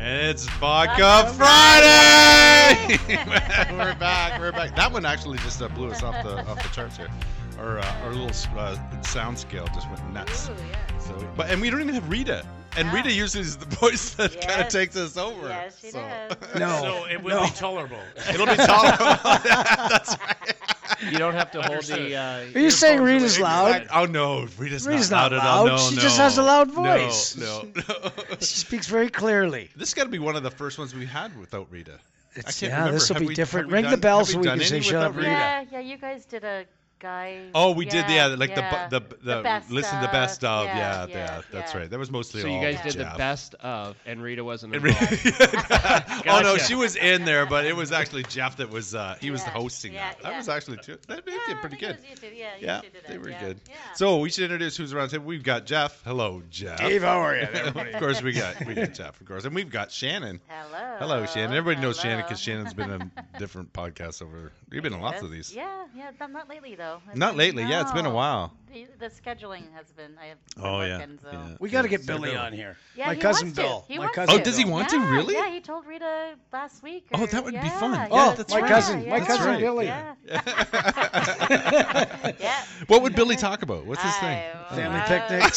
It's Vodka Friday. we're back. We're back. That one actually just uh, blew us off the off the charts here. Our uh, our little uh, sound scale just went nuts. Ooh, yeah. So, but and we don't even have Rita. And No. Rita usually is the voice that kind of Yes. takes us over. Yes, she so. does. No. So it will no. be tolerable. It'll be tolerable. That's right. You don't have to hold Understood. the. Uh, Are you saying earphones Rita's away. loud? Oh no, Rita's, Rita's not not loud, at all. loud. No, She just no. has a loud No, voice. No, no. She speaks very clearly. This has got to be one of the first ones we had without Rita. I It's, can't yeah, remember. this will Have be we- different. have we Ring the done- bell have so we we done can say any shut up, without Rita. Yeah, yeah, you guys did a guy. Oh, we did, yeah, like yeah. the bu- the the, best listen to best of, yeah, yeah, that's yeah. right. That was mostly So all you guys did jab. the best of, and Rita wasn't And involved. re- Oh no, Gotcha. she was in there, but it was actually Jeff that was uh, he was Yeah, hosting yeah, that. That yeah. was actually too, that they Yeah, did I pretty think it good. was you two, Yeah, you Yeah, two did they it, were yeah, good. yeah. So we should introduce who's around. the table. We've got Jeff. Hello, Jeff. Dave, how are you? of course, we got we got Jeff, of course, and we've got Shannon. Hello. Hello, Shannon. Everybody knows Shannon because hello. Shannon's been on different podcasts over. You've been on lots of these. Yeah, yeah, not, not lately though. It's Not been- lately. Yeah, it's been a no. while. The, the scheduling has been. I have. been Oh, yeah. working, so- Yeah. We got to Yeah, get so Billy Bill. on here. Yeah, My he cousin wants to. Bill. He My wants cousin Oh, does he Bill. want to? Yeah, Really? Yeah, he told Rita last week. Oh, or- that would be yeah, fun. Yeah, Oh, that's my right, cousin- Yeah. my cousin That's right. Billy. Yeah. yeah. What would Billy talk about? What's his thing? I- Family uh, picnics.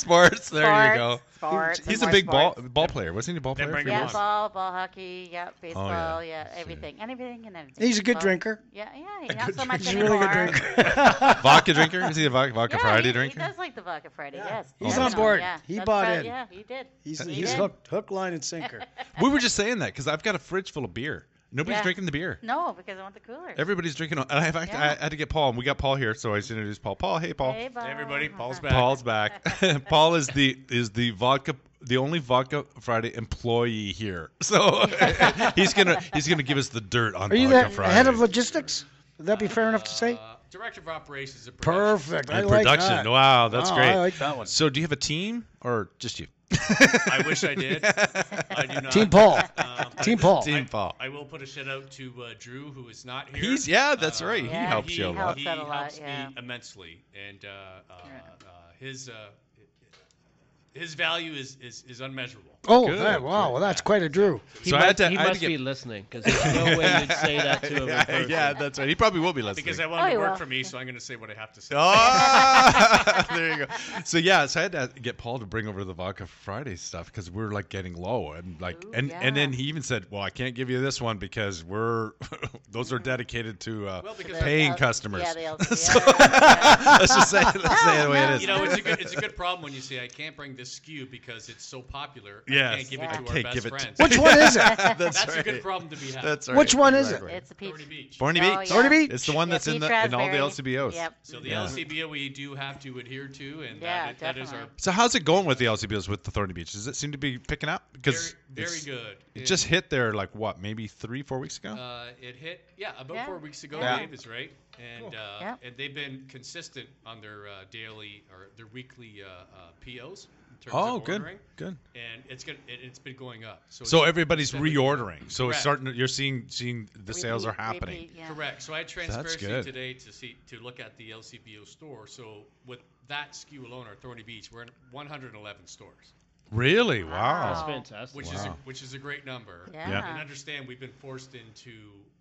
Sports. There you sports, go. Sports. and He's a more big ball sports. ball player. Wasn't he a ball Then player? bring for him Yeah, years? on. ball, ball hockey, yeah, baseball, yeah, Oh, Let's see. everything, anything, and everything. He's a good Well, drinker. Yeah, yeah, not so much He's a anymore. really good drinker. Vodka drinker? Is he a vodka, vodka Yeah, Friday he, drinker? He does like the vodka Friday. Yes, He's on definitely, board. Yeah. He That's bought prob- in. Yeah, he did. He's, He he's did. hooked, hook, line, and sinker. We were just saying that because I've got a fridge full of beer. Nobody's Yeah. drinking the beer. No, because I want the cooler. Everybody's drinking. And I have act- Yeah. I had to get Paul, and we got Paul here, so I just introduced Paul. Paul, hey Paul. Hey, Bob. everybody, Paul's back. Paul's back. Paul is the is the vodka the only vodka Friday employee here. So he's gonna he's gonna give us the dirt on Are you the vodka Friday. head of logistics? Would that be fair enough to say? Uh, director of operations at production. Perfect. I And like production. that. Wow, that's Oh, great. I like that one. so do you have a team or just you? I wish I did. I do not. Team Paul. Um, I- Team Paul. Team Paul. I will put a shout out to uh, Drew, who is not here. He's- yeah, that's right. He Yeah, helps he, you a lot. He helps out helps, a lot, yeah. me immensely, and uh, uh, uh, his uh, his value is is, is unmeasurable. Oh, Good. that, wow. Well, that's quite a Drew. He So I must, had to- he I had to must get- be listening because there's no way you'd say that to him. in yeah, person. yeah, that's right. He probably will be listening. Because I Oh, want him he to work will. for me, so I'm going to say what I have to say. Oh, there you go. So yeah, so I had to get Paul to bring over the vodka Friday stuff because we were like getting low and like Ooh, and and then yeah. he even said, "Well, I can't give you this one because we're those Mm-hmm. are dedicated to uh, Well, because paying Yeah, customers." Yeah, they also. So- yeah. let's just say let's say it the way it is. You know, it's a good it's a good problem when you say I can't bring this skew because it's so popular. I Yes. can't give Yeah. it to our Can't best give it to- friends. Which one is it? that's, That's a right. good problem to be having. That's right. Which one is Exactly. It's a peach. Thorny Beach. Barney Oh, Beach. yeah. Barney Beach? It's the one Yeah, that's in peach the in all the raspberry. LCBOs. Yep. So the Yeah. LCBO we do have to adhere to, and Yeah, that, that is our definitely. So how's it going with the LCBOs with the Thorny Beach? Does it seem to be picking up? very, Because very it's- good. It just hit there like what, maybe three, four weeks ago. uh, it hit yeah about Yeah. four weeks ago. Yeah. Dave is right, and uh, Yeah. and they've been consistent on their uh, daily or their weekly uh, uh, POs. In terms oh, of good, ordering, good. And it's gonna, it, it's been going up. So, So it's- everybody's it's been- reordering. So it's Correct. starting. to- You're seeing seeing the sales are Repeat, happening. repeat, yeah. Correct. So I had transparency good. today to see to look at the LCBO store. So with that SKU alone, our Thorny Beach, we're in 111 stores, Really? Wow. Wow. Ah. That's Oh. fantastic. which is a, Wow. which is a great number. Yeah. Yeah. and understand we've been forced into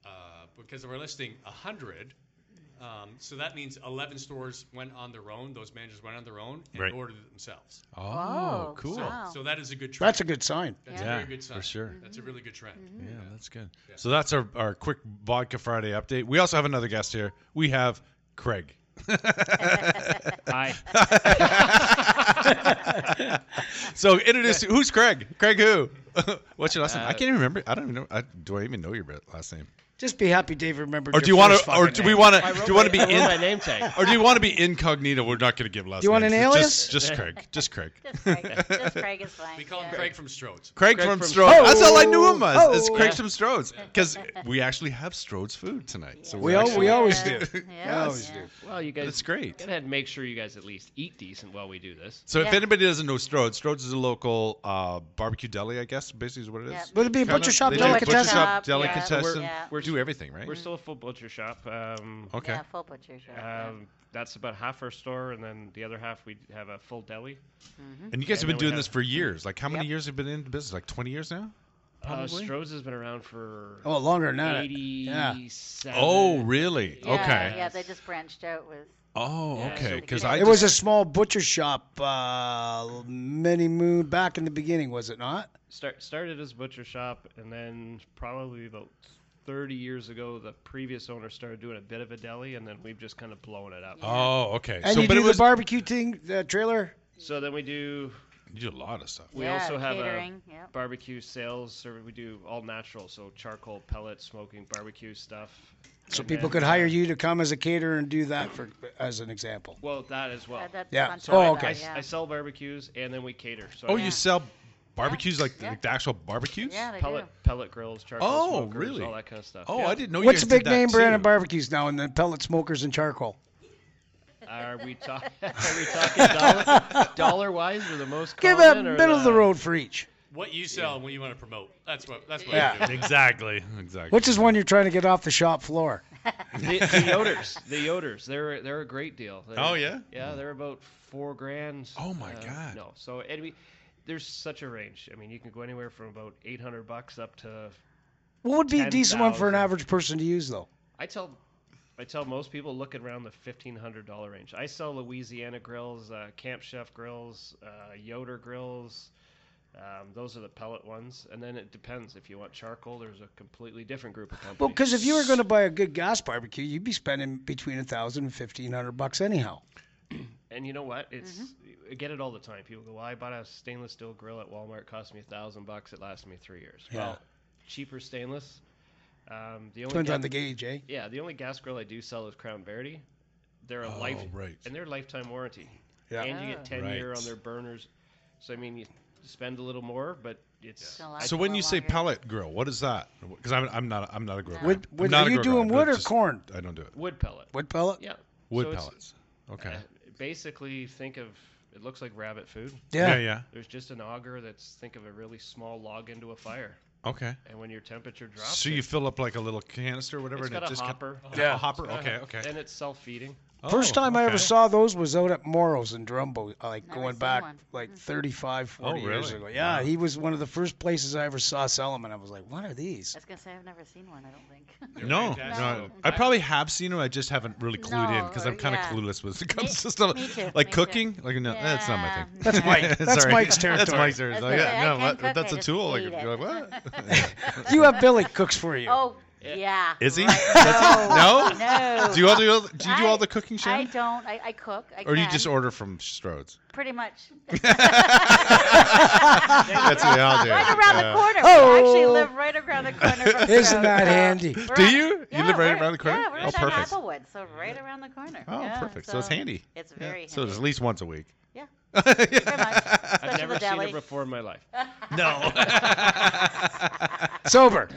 uh, because of our listing 100 um, so that means 11 stores went on their own those managers went on their own and Right. ordered it themselves Oh, Whoa, cool. so, Wow. so that is a good trend That's a good sign. That's Yeah, a very good for sign sure. that's a really good trend Mm-hmm. Yeah, that's good. Yeah. So that's our our quick vodka Friday update. We also have another guest here. We have Craig. Hi. So introduce who's Craig? Craig who? What's your last name? I can't even remember. I don't even know. I, do I even know your last name? Just be happy Dave remembered. Or your do you want first to? Or fucking do we name. want to? Do you want to be I wrote my in? name tag Or do you want to be incognito? We're not going to give last. you want names. an It's alias? Just, just Craig. Just Craig. Just Craig. Just Craig is fine. we call him yeah. Craig from Strode's Craig, Craig from, from Strode's. That's all I knew him as. Oh. Is Craig Yeah. from Strode's because we actually have Strode's food tonight. So We, we're al- actually- we always do. Yeah. We Yeah. always Yeah. do. well you guys That's great. go ahead and make sure you guys at least eat decent while we do this So if Yeah. anybody doesn't know Strode's, Strode's is a local uh, barbecue deli, I guess. Basically, is what it is. Yeah. Would it be a Kind butcher of- shop they do Butcher butcher delicatessen? shop shop, yeah. delicatessen. Yeah. we're do everything, right? We're still a full butcher shop. Um, okay. Yeah, full butcher shop. yeah. um, that's about half our store, and then the other half we have a full deli. And you guys have been and then we doing have- this for years. Like, how many Yep. years have you been in business? Like 20 years now? Uh, Probably. Stroh's has been around for Oh, longer than that. Yeah. eighty-seven. Oh, really? Yeah, Okay. Yeah, they just branched out with. Oh, Yeah, okay. so Because we I can- It was a small butcher shop uh, many moon back in the beginning, was it not? Start started as a butcher shop, and then probably about thirty years ago, the previous owner started doing a bit of a deli, and then we've just kind of blown it up. Oh, okay. And so, you but do it was the barbecue thing, the trailer. So then we do you do a lot of stuff. We yeah, also have a- catering. Yep. barbecue sales. So we do all natural, so charcoal, pellet, smoking, barbecue stuff. So And people then, could hire uh, you to come as a caterer and do that for, as an example. Well, that as well. Uh, that's Yeah, on so top I- of okay. that, Oh. I, I sell barbecues and then we cater. So Oh, I you Yeah. sell barbecues like the, Yeah. like the actual barbecues? Yeah, they pellet do. pellet grills, charcoal Oh, smokers, really? all that kind of stuff. Oh, yeah. I didn't know you What's the guys big did name that brand too. of barbecues now? And then pellet smokers and charcoal. Are we, talk- are we talking dollar, dollar wise or the most Give a common? or middle of the road for each. What you sell and what you want to promote. That's what. That's what. Yeah. I do. Exactly. Exactly. Which is one you're trying to get off the shop floor? The, the Yoders. The Yoders. They're they're a great deal. They're- Oh, yeah? Yeah, they're about four grand. uh, Oh, my God. No, so and we, there's such a range. I mean, you can go anywhere from about eight hundred bucks up to. What would be a decent one for an 10,000. average person to use, though? I tell. I tell most people look around the fifteen hundred dollar range. I sell Louisiana grills, uh, Camp Chef grills, uh, Yoder grills. Um, those are the pellet ones, and then it depends if you want charcoal. There's a completely different group of companies. Well, because if you were going to buy a good gas barbecue, you'd be spending between a thousand and fifteen hundred bucks anyhow. And you know what? It's I get it all the time. People go, "Well, I bought a stainless steel grill at Walmart. It cost me a thousand bucks. It lasted me three years." Yeah. Well, cheaper stainless. Um, the only Depends on gas- the gauge, eh? Yeah, the only gas grill I do sell is Crown Verity. They're a Oh, life right. and they're lifetime warranty. Yeah. And you Ah. get ten year Right. on their burners. So I mean, you spend a little more, but it's Still lasts So a when little you say longer. pellet grill, what is that? Because I'm, I'm not I'm not a grill. No. guy. Would- I'm would- not are a you grill guy, doing but wood or just- corn? I don't do it. wood pellet. Wood pellet. Yeah. Wood so it's- pellets. Okay. uh, basically, think of it looks like rabbit food. yeah. Yeah. Yeah. There's just an auger that's think of a really small log into a fire. Okay. and when your temperature drops, So you fill up like a little canister or whatever, it's and got it a just ca- hopper. Yeah. A hopper. It's got Okay. a- Okay. And it's self-feeding. First Oh, time I ever okay. saw those was out at Morrow's in Drumbo, uh, like Never going seen back one. Mm-hmm. like 35, 40 years Oh, really? ago. Yeah, Wow. he was one of the first places I ever saw sell them, and I was like, what are these? I was gonna say I've never seen one. I don't think. They're No, fantastic. no, No. I probably have seen them. I just haven't really clued in No, because or- I'm kind of yeah. clueless when it comes to Me- stuff me too, like me too. cooking. Like no, that's not my Yeah, thing. That's no. Mike- that's Sorry. Mike's That's territory. Mike's territory. That's Like, okay, yeah, I no, can what- cook, that's I a just tool. Like, hate you're it. like what? You have Billy cooks for you. Oh yeah. Is he? right. That's- No. No. Do you all do? all- Do you do all I- the cooking, I Sharon? don't. I, I cook. I Or you can, just order from Strode's? pretty much. That's what I'll do. Right around Yeah. the corner. We actually Oh. live right around the corner. From Isn't Stroh's. that Yeah. handy? We're Do on- you? You yeah, live right we're- around the corner? Yeah, we're Oh, just on perfect. Applewood, so right around the corner. Oh, Yeah, perfect. So it's handy. It's very handy. So it's at least once a week. Yeah. Pretty much. Yeah. Especially I've never the seen deli. it before in my life. no. Sober.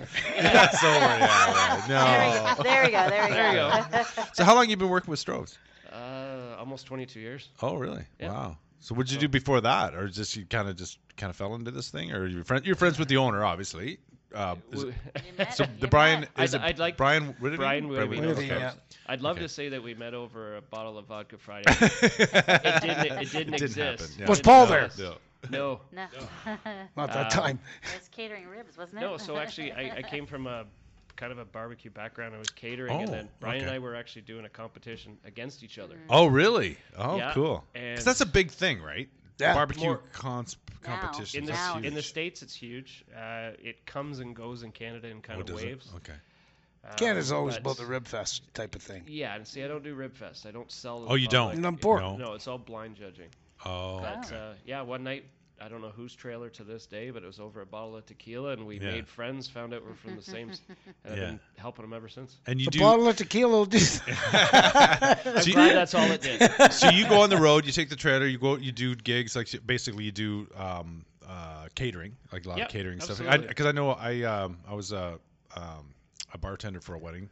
That's over. Yeah, yeah. No. There we go. There we go. There you go. So how long you been working with Strode's? Uh, almost 22 years. Oh, really? Yeah. Wow. So what'd you do before that, or just you kind of just kind of fell into this thing, or you friend you're friends with the owner, obviously. Uh, is it- so the Brian I'd- is it I'd like- Brian Whitty? Brian Whitty, Whitty, yeah. I'd love Okay. to say that we met over a bottle of vodka Friday. it didn't. It didn't, exist. happen, yeah. Was It Paul didn't there? exist. No. No. No. Not that Uh, Um, time. It's catering ribs, wasn't it? No. So actually, I, I came from a kind of a barbecue background. I was catering, and Oh, then Brian and okay. I were actually doing a competition against each other. Oh, really? Oh, Yeah, cool. and- Because that's a big thing, right? Yeah. Barbecue More- cons- Now. competitions. In the that's Wow. huge. in the states, it's huge. Uh, it comes and goes in Canada in kind Oh, of does it? waves. Okay. Um, uh, Canada's always but- about the rib fest type of thing. Yeah, and see, I don't do rib fest. I don't sell. to the Oh, you don't? public. No, poor- No. No, it's all blind judging. Oh, But okay. uh, yeah, one night I don't know whose trailer to this day, but it was over a bottle of tequila, and we Yeah. made friends. Found out we're from the same, s- and Yeah. I've been helping them ever since. And you the do. bottle of tequila will do that. so, I'm you, glad that's all it did. so you go on the road, you take the trailer, you go, you do gigs, like basically you do um, uh, catering, like a lot Yep, of catering stuff. absolutely. Because I, know I um, I was a um, a bartender for a wedding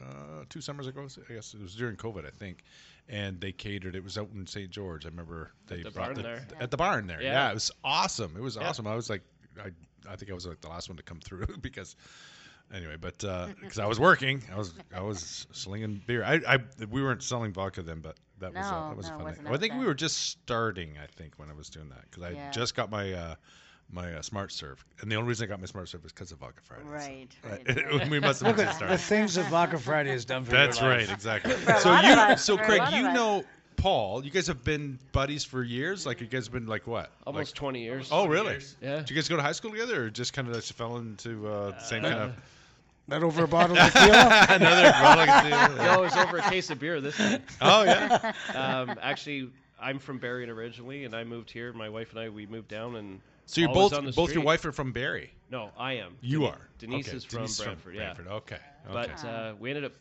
uh, two summers ago. I guess it was during COVID, I think. And they catered. It was out in St. George. I remember they the brought barn there. at the barn there. Yeah. Yeah. it was awesome. It was Yeah. awesome. I was like, I I think I was like the last one to come through because anyway, but because I was working, I was I was slinging beer. I, I we weren't selling vodka then, but that was uh, No, that was no, it fun. wasn't I out think we then. were just starting. I think when I was doing that because I Yeah. just got my uh, my uh, smart serve, and the only reason I got my smart serve is because of vodka Friday. Right, right. Right. we must have Look been at the starting. things that Vodka Friday has done for your That's life. right, exactly. a so lot of you, us, so for a Craig, lot of you us. know Paul. You guys have been buddies for years. Like you guys have been like what? Almost Like, 20 years. oh, really? years. Yeah. Did you guys go to high school together, or just kind of just fell into uh, the same kind of That over a bottle of tequila? another product? No, it was over a case of beer this time. Oh yeah. Um, actually, I'm from Barrie originally, and I moved here. My wife and I, we moved down, and So you're always both on the both your street. wife are from Barry. No, I am. You are. Denise Okay, is from Brantford, yeah. Okay. okay. But uh, we ended up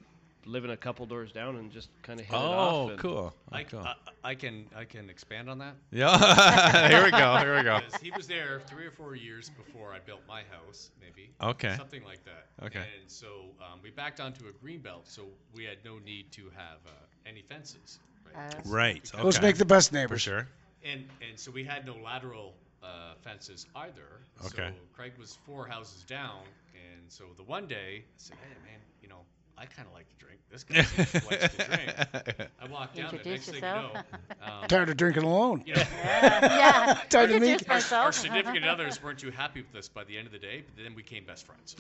living a couple doors down and just kind of hit it off. oh, and- uh, cool. Oh, I, cool. I, I can I can expand on that yeah. here we go. Here we go. because he was there three or four years before I built my house, maybe. Okay. Something like that. Okay. And so um, we backed onto a green belt, so we had no need to have uh, any fences. Right. Uh, Right. Okay. Let's make the best for neighbors. sure. And and so we had no lateral uh, fences either. Okay. So Craig was four houses down, and so the one day I said, "Hey man, you know, I kind of like to drink. This guy seems to likes to drink." I walked down. The Introduce next yourself. thing you know, um, Tired of drinking alone. you know, yeah. Time to Introduce make- our, myself. our significant others weren't too happy with us by the end of the day, but then we became best friends.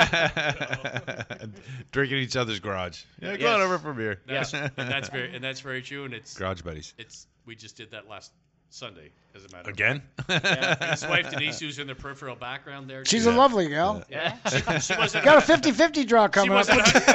Oh. Drinking each other's garage. Yeah, go on Yes. over for beer. That's, and that's very and that's very true. And it's garage buddies. it's we just did that last Sunday, as a matter of Again? fact. And his wife Denise, who's in the peripheral background there, She's Yeah. a lovely gal. yeah. she, she wasn't. Got a 50 50 draw she coming up. wasn't a-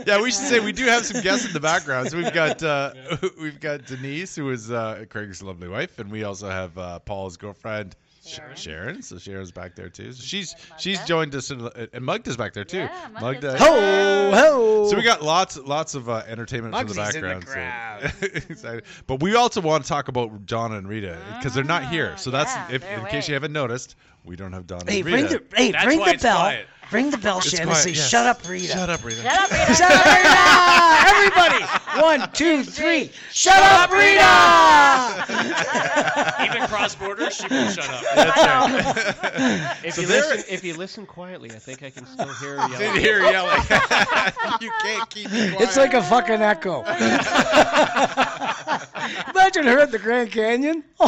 yeah, we should say we do have some guests in the background. So we've got uh, we've got Denise, who is uh, Craig's lovely wife, and we also have uh, Paul's girlfriend. Sharon. Sharon, so Sharon's back there too. So she's she's Magda. joined us, in, and Mugda's back there too. Yeah, Mugda's Mugda- back. Ho, ho. So we got lots lots of uh, entertainment from the Muggsy's in the background. so- Exactly. but we also want to talk about Donna and Rita because they're not here. So that's Ah, yeah, if, they're in case you away. haven't noticed, we don't have Donna Hey, and ring Rita. the, hey, That's ring why the it's bell. quiet. Ring the bell, It's Shannon. quiet, say, yes. shut up, Rita. Shut up, Rita. Shut up, Rita. Shut up, Rita! Everybody! One, two, three. Shut up, Rita! even cross borders, she won't shut up. If, So you there- listen, if you listen quietly, I think I can still hear you. Didn't hear yelling. you can't keep me quiet. It's like a fucking echo. Imagine her at the Grand Canyon. No,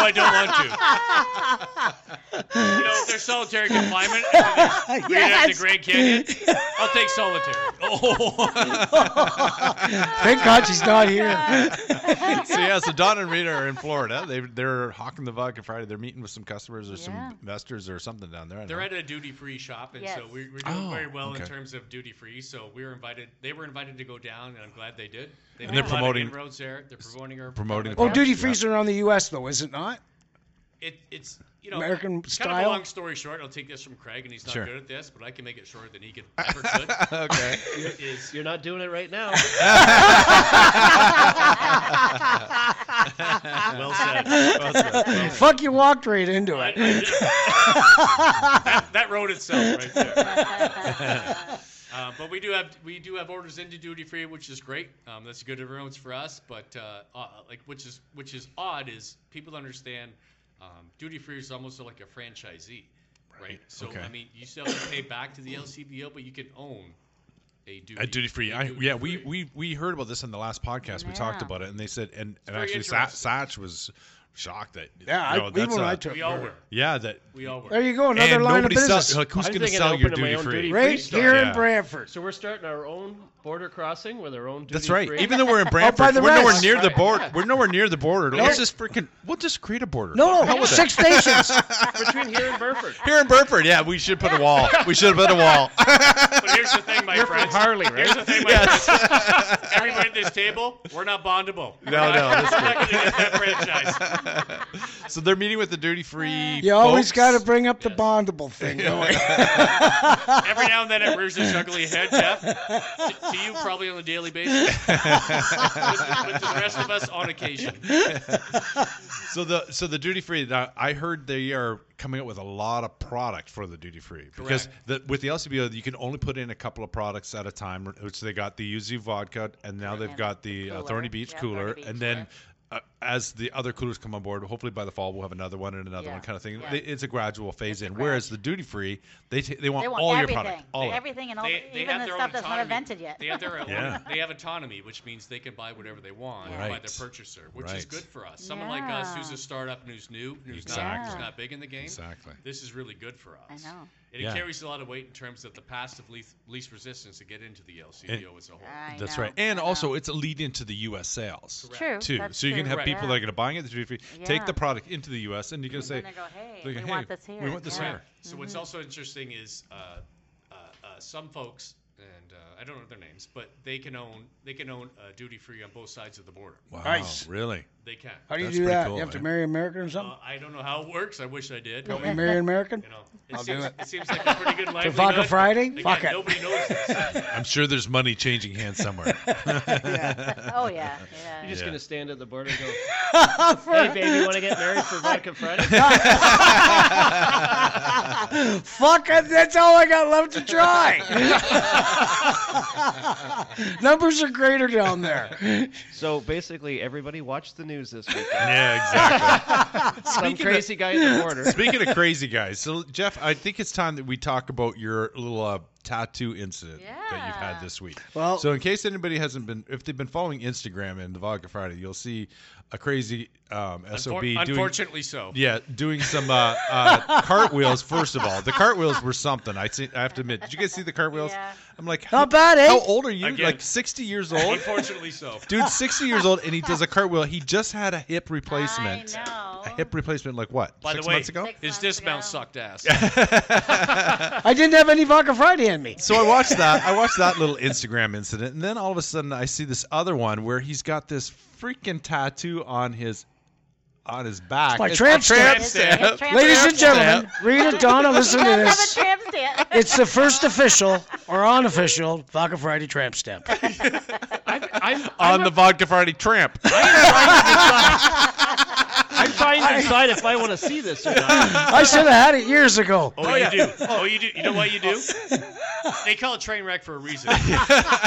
I don't want to. You know, if there's solitary confinement, if there's Rita in the Grand Canyon, I'll take solitary. Thank God she's not here. so yeah, so Don and Rita are in Florida. They they're hawking the vodka Friday. They're meeting with some customers or Yeah. some investors or something down there. I They're know. at a duty free shop, and so Yes. we, we're doing Oh, very well okay. in terms of duty free. So we were invited. They were invited to go down, and I'm glad they did. They And they're promoting- roads there. They're promoting our promoting the Well, Yeah. Oh, duty frees are on the U.S. though, is it not? It, it's you know American kind Of style? a long story short, I'll take this from Craig, and he's not Sure. good at this, but I can make it shorter than he could ever could. okay. Is You're not doing it right now. well said. Well said. Fuck, you walked right into I- I it. just- that, that road itself, right there. Uh, but we do have we do have orders into duty free, which is great. Um, that's a good influence for us. But uh, uh, like, which is which is odd is people don't understand um, duty free is almost like a franchisee, right? So okay. I mean, you still have to pay back to the LCBO, but you can own a duty At duty free, Uh, I, duty yeah, we, free. we we heard about this in the last podcast. We talked Yeah. about it, and they said, and, and very actually, Sa- interesting. Satch was shocked that Yeah, you I, know, even that's when a- I took we all her. were yeah that we all were. There you go, another and line of nobody business. sells. Like, who's I'm going to thinking sell of your opening my duty own free? duty right Free here Yeah. in Brantford. So we're starting our own border crossing with our own duty That's right. free. Even though we're in Brantford, Oh, by the we're nowhere rest. near the Right. border. Yeah. We're nowhere near the border. Let's Nope. just freaking we'll just create a border. No, no, six stations. between here and Burford. Here in Burford, yeah, we should put a wall. We should have put a wall. But here's the thing, my friends. Harley, Here's right? the thing, my friends. Everybody at this table, we're not bondable. No, no, that's We're not going to get that franchise. so they're meeting with the duty free. You always got to bring up the bondable thing. don't we? Every now and then it rears its ugly head, Jeff. To, to you, probably on a daily basis. with, with the rest of us, on occasion. So the so the duty free. now, I heard they are coming up with a lot of product for the duty free because Correct. the, with the LCBO you can only put in a couple of products at a time. Which they got the Yuzu vodka, and now they've And got the, uh, cooler. Thorny Beach Yeah, cooler, Thorny Beach, and then uh, as the other coolers come on board, hopefully by the fall we'll have another one and another Yeah. one kind of thing. Yeah. They- It's a gradual phase It's in. grad- Whereas the duty free, they t- they want, they want all your everything, product, all of it. everything, and all They, they even have the stuff their own that's not autonomy. invented yet. They have their own, Yeah. they have autonomy, which means they can buy whatever they want by Right. their purchaser, which is Right. good for us. Someone like us, Yeah. who's a startup and who's new, who's not, Exactly. who's not big in the game, Exactly. this is really good for I us. know. And Yeah. it carries a lot of weight in terms of the passive least, least resistance to get into the LCBO as a whole. I That's know, right. And I know. also, it's a lead into the U.S. sales. Correct. true. Too. that's So you can true. have Right. people that are going to buy it, at the duty free, take Yeah. the product into the U.S. and you're going And to say, then they go, hey, they go, we "Hey, want this here. we want this yeah. here. So what's also interesting is uh, uh, uh, some folks, and uh, I don't know their names, but they can own they can own uh, duty free on both sides of the border. wow, Nice. really? They can. How do you That's do pretty that? cool, you have to man. marry an American or something? Uh, I don't know how it works. I wish I did. Don't but, we marry an American? You know, it I'll do seems, it. seems like a pretty good livelihood. Vodka Friday? Again, Fuck it. Nobody knows this. I'm sure there's money changing hands somewhere. Oh yeah, You're yeah. just Yeah. gonna stand at the border and go, "Hey, baby, want to get married for Vodka Friday?" Fuck it, that's all I got left to try. Numbers are greater down there. So basically, everybody watched the news this week. yeah, exactly. Some crazy guy at the border. Speaking of crazy guys, so Jeff, I think it's time that we talk about your little uh, tattoo incident that you've Yeah. had this week. Well- so in case anybody hasn't been, if they've been following Instagram and the Vodka Friday, you'll see a crazy um, SOB Unfor- doing. Unfortunately, so. Yeah, doing some uh, uh, cartwheels. First of all, the cartwheels were something. I see, I have to admit. Did you guys see the cartwheels? Yeah. I'm like, how, Not bad, eh? how old are you? Again. Like 60 years old. Unfortunately, so. Dude, 60 years old, and he does a cartwheel. He just had a hip replacement. I know. A hip replacement, like what? By six the way, months ago. Six his months dismount ago. sucked ass. I didn't have any vodka Friday in me. So I watched that. I watched that little Instagram incident, and then all of a sudden, I see this other one where he's got this freaking tattoo on his on his back. my It's tramp a stamp. It's a hip tramp Ladies stamp. and gentlemen, Rita, Donna, listen to Have a this. tramp stamp. It's the first official or unofficial Vodka Friday tramp stamp. I'm, I'm, on the Vodka Friday tramp. I'm trying to decide if I want to see this or not. I should have had it years ago. Oh, you do. Oh, you do. You know what you do? they call Oh, it train wreck for a reason.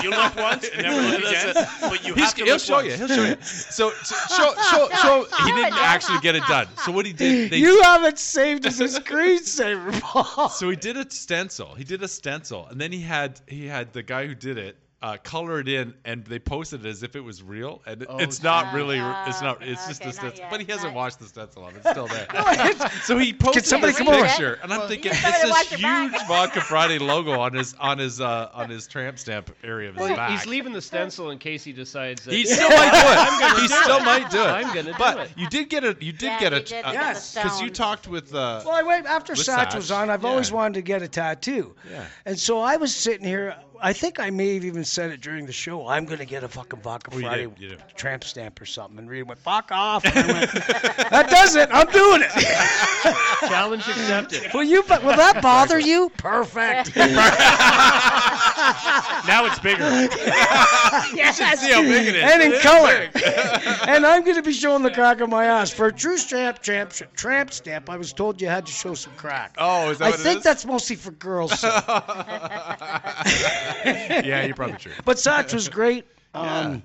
you look once and never look again, but you He's, have to he'll look show once. you. He'll show you. So, so show, show, show. He didn't actually get it done. So what he did, they, You have it saved as a screensaver, Paul. so he did a stencil. He did a stencil, and then he had he had the guy who did it uh, color it in, and they posted it as if it was real, and Oh, it's not geez. really. It's not. Uh, It's just okay, a not stencil. yet, But he hasn't not- washed the stencil on. It's still there. It's- So he posted somebody this come over? picture, and I'm thinking you it's better this watch your huge back. Vodka Friday logo on his on his uh, on his tramp stamp area of his back. He's leaving the stencil in case he decides that He still might do it. He do still it. might do it. I'm gonna do but it. you did get a. You did Yeah, get a. we did get Yes. the you stone. talked with. Uh, Well, I went after With Satch was Satch, on. I've yeah. always wanted to get a tattoo. Yeah. And so I was sitting here. I think I may have even said it during the show. I'm going to get a fucking vodka you Friday did, you did. tramp stamp or something. And Rita went, "Fuck off!" And I went, "That does it. I'm doing it." challenge accepted. will you? But will that bother you? Perfect. Now it's bigger. yes. see how big it is. And in It is color. and I'm going to be showing the crack of my ass for a true tramp tramp tramp stamp. I was told you had to show some crack. oh, is that I what it think is? that's mostly for girls. so. yeah, you're probably true. But Satch was great. Um,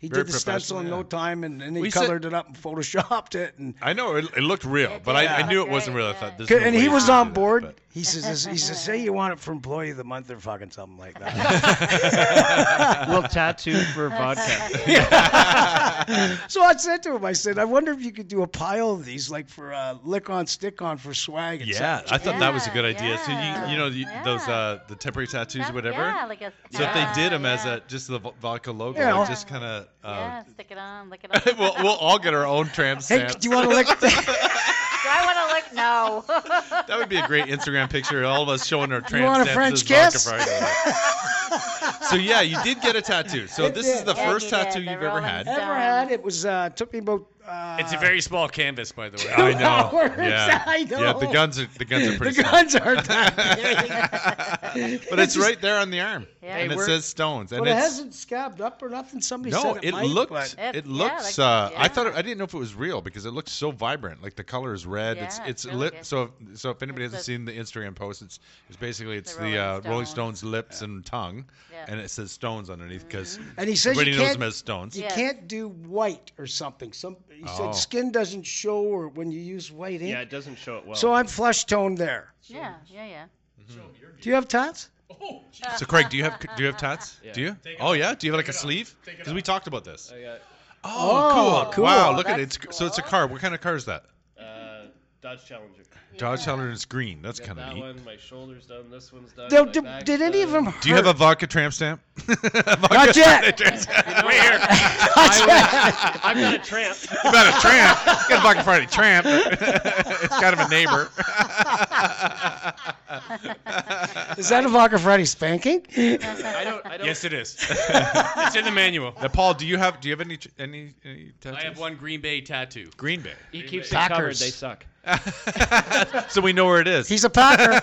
He Very did the stencil in professional, no yeah. time, and, and he We said- colored it up and photoshopped it, and I know it, it looked real, but I, Yeah. I knew it wasn't real. I Yeah. thought this. is no and way he you was would do on that, board. but- he says, he says, say you want it for employee of the month or fucking something like that. We'll tattoo for vodka. so I said to him, I said, I wonder if you could do a pile of these, like for uh, lick on, stick on for swag. And Yeah, such." I thought that was a good Yeah, idea. So you, you know you, yeah. those uh, the temporary tattoos or That- whatever. Yeah, like a, So if they did them as yeah. a just the vo- vodka logo, Yeah. it just kind of. yeah, Uh, stick it on, lick it on. we'll, we'll all get our own tramp Hey, stamp. do you want to lick? Do I want to look? No. That would be a great Instagram picture. All of us showing our tramp want a stamps French as kiss? Vodka Friday. so yeah, you did get a tattoo. So this is the Yeah, first you did. tattoo They're you've ever rolling had. stone. ever had? It was uh, took me about Uh, It's a very small canvas, by the way. I know. hours. Yeah. I know. Yeah, the guns are the guns are The pretty. guns are done. but it's right there on the arm, Yeah. and Hey, it we're- says stones, and But it it's hasn't scabbed up or nothing. Somebody no. said It, it, might, looked but- It- it yeah, looks. that- uh, I yeah. thought it, I didn't know if it was real because it looks so vibrant. Like the color is red. it's Yeah, it's it's really lit. good. So so if anybody It's hasn't the- seen the Instagram post, it's it's basically it's the, Rolling uh, Rolling Stones. Stones lips and tongue, Yeah. and it says stones underneath because and he says everybody you knows can't, them as stones. you Yeah. can't do white or something. Some he Oh. said skin doesn't show or when you use white ink. Yeah, it doesn't show it well. so I'm flesh toned there. yeah, yeah, yeah. Do you have tats? So Craig, do you have do you have tats? Yeah. Do you? Oh yeah. Do you have like a sleeve? Because we talked about this. I got Oh, Oh, cool. Wow, cool. look at it. It's, That's So it's a cool. car. What kind of car is that? uh, Dodge Challenger. Dodge Challenger is green. That's Got kind of that neat. one. My shoulder's done. This one's done. No, my did, back's did any of done. them hurt? Do you have a vodka tramp stamp? Not yet. Weird. I'm not a tramp. It's not a tramp. It's got a Black Friday tramp. it's kind of a neighbor. Is that a Vodka Friday spanking? I don't. I don't. Yes, it is. it's in the manual. now, Paul, do you have do you have any tr- any, any tattoos? I have one Green Bay tattoo. Green Bay. he keeps it covered. Packers. They suck. so we know where it is. He's a Packer.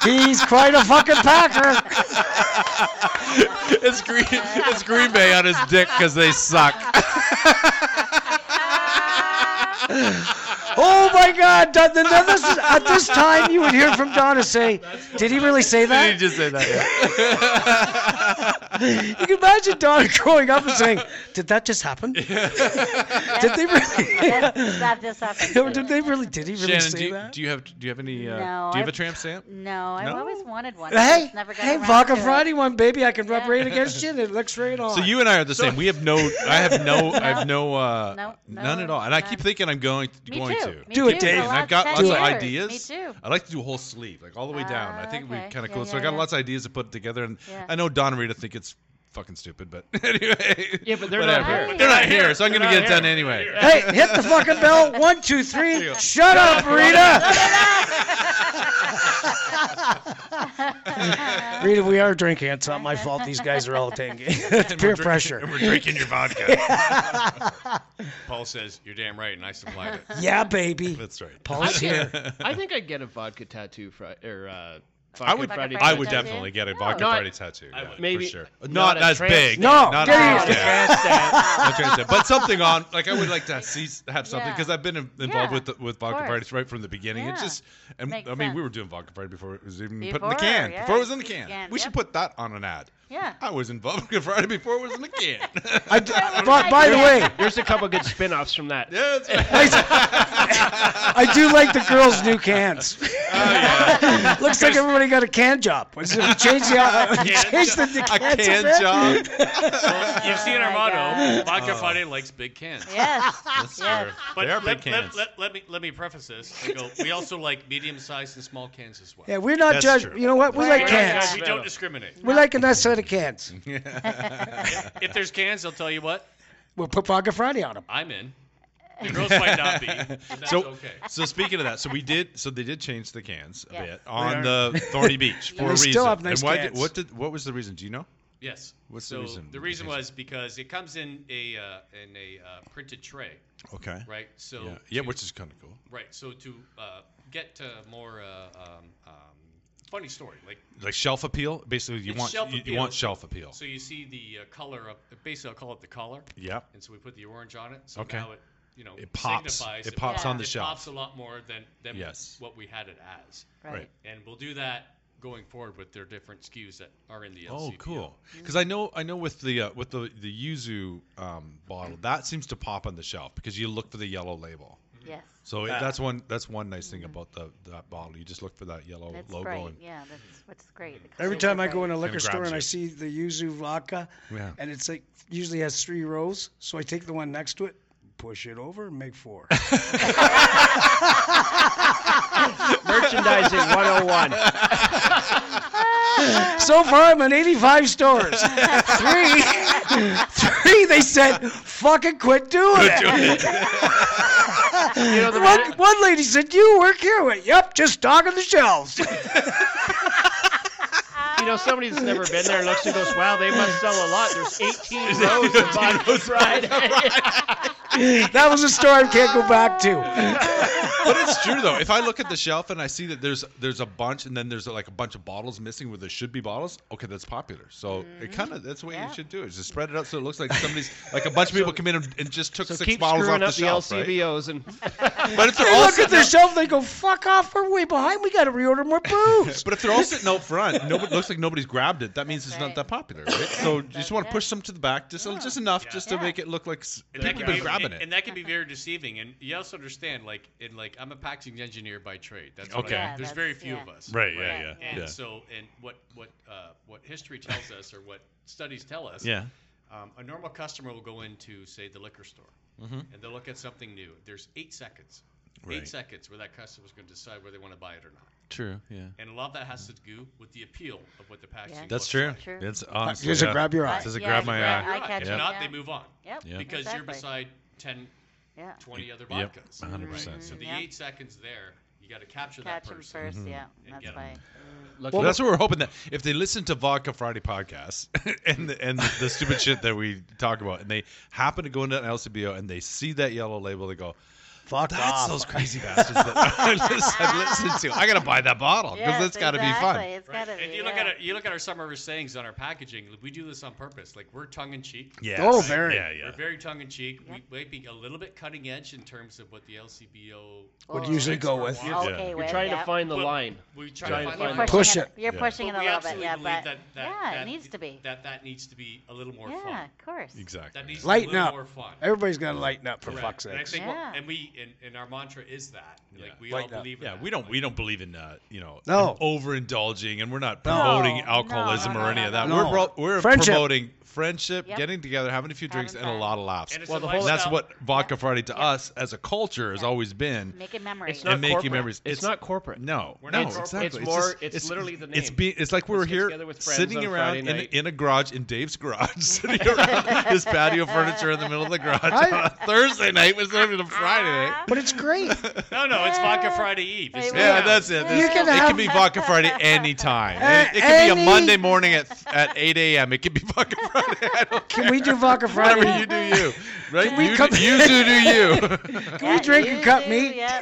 He's quite a fucking Packer. it's green. It's Green Bay on his dick because they suck. Ah! Oh my God! Don- th- th- this is- at this time, you would hear from Donna say, "Did he really say Did he just that?" say that? You can imagine Donna growing up and saying, "Did that just happen? Did they really? that just happened. or too. did they really? Did he really Shannon, say do you, that?" do you have do you have any? Uh, No, do you have I've- a tramp stamp? No, I've No? always wanted one. I Hey, just never got hey, around Vodka to it. Friday one, baby. I can rub Yeah. right against you, and it looks right on. So you and I are the same. We have no. I have no. I have no. Uh, No, no, none at all. And I none. keep thinking I'm going Me going too. to. Me Do it, too, for Dave. the And last I've got lots of 10 years. ideas. Me too. I like to do a whole sleeve, like all the way down. I think it would Ah, be kind of okay. cool. Yeah, so I got yeah, lots of ideas to put together, and Yeah. I know Don and Rita think it's fucking stupid, but anyway. Yeah, but they're not whatever. here. But they're not here, so I'm gonna They're get it not done here. anyway. hey, hit the fucking bell. One, two, three. Shut up, Rita. Rita, we are drinking. It's not my fault. These guys are all taking And we're peer drinking- pressure. And we're drinking your vodka. Paul says, You're damn right, and I supplied it. Yeah, baby. That's right. Paul's here. I think I'd get a vodka tattoo fri- or uh, vodka would- Friday. I would tattoo? definitely get a No. vodka Not- party tattoo. I yeah, would. Maybe- for sure. not Not, a as trans- big. No, not get as it. big. Not trans dad, but something on like I would like to see have something Yeah. because I've been in- Yeah, involved with the, with vodka course. parties right from the beginning. It's Yeah. just and Makes I mean we sense. were doing vodka party before it was even put in Before, the can. yeah, before it was in the before the can. can, We should yep. put that on an ad. Yeah. I was in vodka party before it was in the can. I d- by, by the way, There's a couple good spin-offs from that. yeah, that's right. I do like the girls' new cans. Oh, Looks like everybody got a can job. We changed the, uh, we changed the, the a cans a can bit. job. You've seen our my motto Vodka Friday likes big cans. Yes. yes. Oh. They are big let, let- cans. let- let me, let me preface this. I go, we also like medium sized and small cans as well. Yeah, we're not That's judging. true. You know what? We like Right. Guys, cans. we don't discriminate. We like a nice set of cans. If there's cans, I'll tell you what, We'll put Vodka Friday on them. I'm in. The girls might not be, but that's So- okay. So speaking of that, so we did. So they did change the cans a Yeah. bit on the Thorny Beach for a they reason. still have nice and why? did- cans. What did? What was the reason? Do you know? Yes. What's the so reason The you reason changed was because it comes in a uh, in a uh, printed tray, Okay. right? So Yeah. Yeah, to- which is kind of cool. right. So to uh, get to more uh, um, um, funny story, like Like shelf appeal. Basically, you It's want shelf you, you appeal. want shelf appeal. so you see the uh, color of basically I'll call it the collar, yeah. and so we put the orange on it. So Okay. now it you know It pops. signifies It pops on the it shelf. pops a lot more than than Yes. what we had it as, Right. Right. and we'll do that going forward with their different SKUs that are in the. Oh, LCBO. cool. Mm-hmm. Because I know I know with the uh, with the the yuzu um, bottle that seems to pop on the shelf because you look for the yellow label. Yes. So it that's one that's one nice thing about the that bottle. You just look for that yellow That's logo. great. and- Yeah, that's what's great. The Every colors time are I go great. in a liquor grabs store and you. I see the yuzu vodka, Yeah. and it's like usually has three rows, so I take the one next to it, push it over, and make four. Merchandising 101. so far, I'm in 85 stores. three, three. They said, "Fucking quit doing it." You know the One, one lady said, "You work here." I went, "Yep, just stocking the shelves." You know, somebody that's never been there looks and goes, wow, they must sell a lot. There's 18 rows of vodka Friday. that was a story I can't go back to. but it's true though. If I look at the shelf and I see that there's there's a bunch, and then there's like a bunch of bottles missing where there should be bottles. Okay, that's popular. So it kind of that's what Yeah. you should do is just spread it out so it looks like somebody's like a bunch of people came in and, and just took So six keep bottles off screwing the up the shelf, right? LCBOs and But if they're They all look at sitting their out- shelf. They go, "Fuck off! We're way behind. We got to reorder more booze." But if they're all sitting out front, nobody looks like nobody's grabbed it. That means That's it's right. not that popular, right? So you just want to it. push some to the back, just a just enough, Yeah. just Yeah. to make it look like s- And that people can have be been grabbing and, it. and that can be very deceiving. And you also understand, like, in like I'm a packaging engineer by trade. That's what I Okay. do. Yeah, There's that's- very few yeah. of us. Right? yeah, yeah, And yeah. so, and what what uh, what history tells us, or what studies tell us, Yeah. um, a normal customer will go into, say, the liquor store, and they'll look at something new. There's eight seconds, Mm-hmm. Right. eight seconds where that customer's going to decide whether they want to buy it or not. True. Yeah. And a lot of that has to do with the appeal of what the packaging. That's looks true. Like. True. It's honestly. Does it yeah. grab your eye? Right. Does it Yeah, grab it's my grab- eye? I catch If it, not, yeah. they move on Yep. Yeah. because you're exactly. beside 10, Yeah. 20 other vodkas. Yep, Uh-huh. 100%. Right? So the Yeah. eight seconds there, you got to capture Catch that him person. 1st Yeah. And That's get 'em. why. Well, that's what we're hoping that if they listen to Vodka Friday podcast and the, and the, the stupid shit that we talk about, and they happen to go into an LCBO and they see that yellow label, they go, Fuck "That's off. those crazy bastards that I listen, I've listened to. I gotta buy that bottle because Yes, it's gotta be exactly. fun." It's gotta Right? And be, you look yeah. at it, you look at our summer sayings on our packaging. We do this on purpose. Like we're tongue in cheek. Yes. Oh, very. Yeah, We're yeah. very tongue in cheek. We might be a little bit cutting edge in terms of what the LCBO. Would Oh, usually go with. Yeah. Okay, you're trying to yeah. find the Well, line. We try Try to and find find You're the- it. pushing Push it. You're Yeah. pushing But it a we little bit, absolutely yeah. believe But that, that, yeah, that it needs to be. That that needs to be a little more Yeah, fun. of course. Exactly. That needs to Lighten be a little up. more fun. Everybody's got to lighten up for Correct. fuck's And I sake. think, well, Yeah. and we and, and our mantra is that. Yeah. Like we Lighten all up. believe. in Yeah, that. we don't we don't believe in uh, you know No. in overindulging, and we're not promoting No, alcoholism no, or no, any no, of that. no, We're no. pro- we're Friendship. promoting friendship, Yep. getting together, having a few drinks, Having and a fun. lot of laughs. And it's Well, a the whole- And that's lifestyle. what Vodka Friday to Yeah. us as a culture has Yeah. always been. Making memories. It's not and making corporate. memories. It's, not corporate. No, We're no, not it's corporate. exactly. It's more- just- it's literally the It's name. be, It's like we're Let's get here together with friends sitting on around Friday in, night. in a garage in Dave's garage, sitting around his patio furniture in the middle of the garage I- on a Thursday night instead of a Friday Ah. night. But it's great. No, no, it's Yeah. vodka Friday Eve. It's Hey, Yeah, Yeah. that's it. That's- You can it have- can be Vodka Friday anytime. Uh, it, it can be any- a Monday morning at at 8 a.m. It can be Vodka Friday. I don't care. Can we do vodka Whatever Friday? you do, you. Right? we you, come- do, you do, do you. Can we drink and cut meat? Yeah,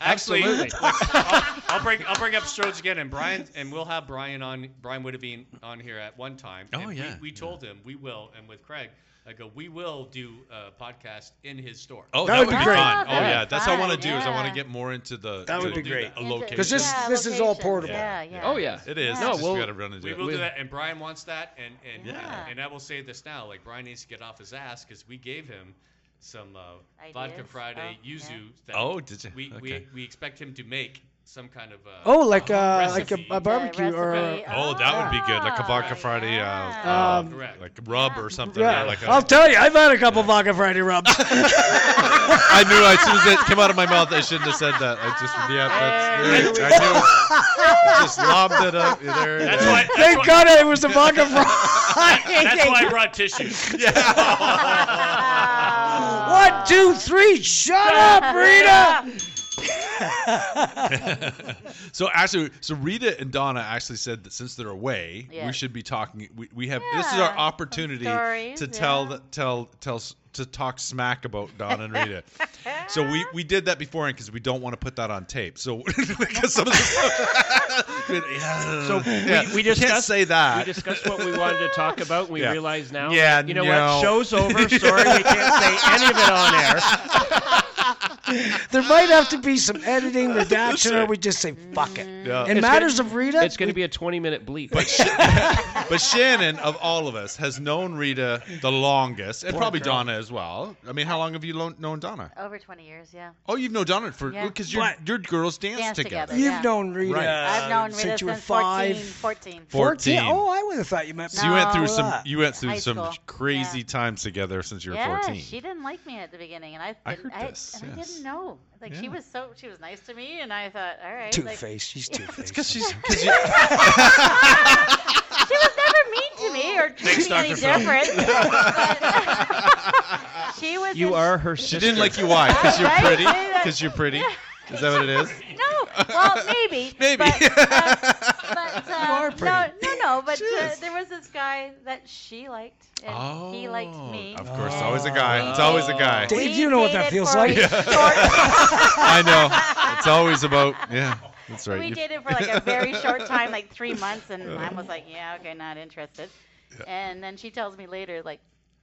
Actually, Absolutely. I'll, I'll bring I'll bring up Strodes again, and Brian and we'll have Brian on Brian Woodavine on here at one time. Oh, and yeah, we, we told him we will, and with Craig, I go we will do a podcast in his store. Oh, That that, would would be be great. fun. Oh, Oh, yeah, that'd be that's what I want fun, to do. Is I want yeah. to get more into the. That to would be the- great. A yeah. location. Because this- this is all locations, portable. Yeah, yeah. Oh yeah. It is. No, Yeah. No, just we'll- we gotta run into We it. will We- do that, and Brian wants that, and and Yeah. and I will say this now, like Brian needs to get off his ass because we gave him some uh, vodka Ideas? Friday Oh, yuzu. yeah. That Oh, did you? We, Okay. we we expect him to make some kind of. Uh, Oh, like uh, like Recipe. a, a barbecue or recipe. a, Oh, that would be good. Like a vodka Ah, Friday, uh, yeah. uh, Um, Correct. like rub or something. yeah. Yeah. Like a, I'll tell you, I've had a couple vodka Friday rubs. I knew as soon as it came out of my mouth, I shouldn't have said that. I just yeah, that's right. I knew. it. just lobbed it up. Yeah, There, That's why. That's Thank why, God it was a vodka Friday. That's why I brought tissues. Ah. One, two, three. Shut up, Rita. so actually, so Rita and Donna actually said that since they're away, we Yes. should be talking. We, we have this is our Yeah, opportunity stories, to tell yeah. the tell tell s- to talk smack about Donna and Rita. so we we did that beforehand because we don't want to put that on tape. So because some of the yeah, So we- yeah, we can't discussed- say that. We discussed what we wanted to talk about. And we Yeah. realize now. Yeah, You know no. what? Show's over. Sorry, we can't say any of it on air. There might have to be some editing, redaction, or right. we just say fuck it. Yeah. In It's matters gonna- of Rita, It's going to be a 20 minute bleep. But Shannon, of all of us, has known Rita the longest, and probably Donna as well. I mean, how long have you lo- known Donna? Over 20 years, yeah. Oh, you've known Donna for Yeah. because your But- your girls dance, Dance together. together. you've yeah. known Rita. Right. I've known Rita since you were since 14. five. 14. 14. Oh, I would have thought you meant. So you went through No. some you went through High some school. crazy Yeah. times together since you were yeah, 14. she didn't like me at the beginning, and I I didn't, heard this, and I yes. didn't know. Like she Yeah. was so she was nice to me, and I thought, all right, Two like, she faced. She's two faced. Because she's cause you, was never mean to me or treat me any different. but- she was. You in- are her sister. she didn't like you why? Because you're Right? pretty. Yeah. Because you're pretty. Is that what it is? No, well, maybe. Maybe. But, uh, but, uh, are pretty. No, no, no. know, but uh, Jeez. Oh, there was this guy that she liked, and he liked me. Of course, it's always a guy. It's always a guy. Oh. Dave, We you know what that dated feels for like. a short- I know. It's always about yeah. That's right. We You- did it for like a very short time, like three months, and mine was like, yeah, okay, not interested. And then she tells me later, like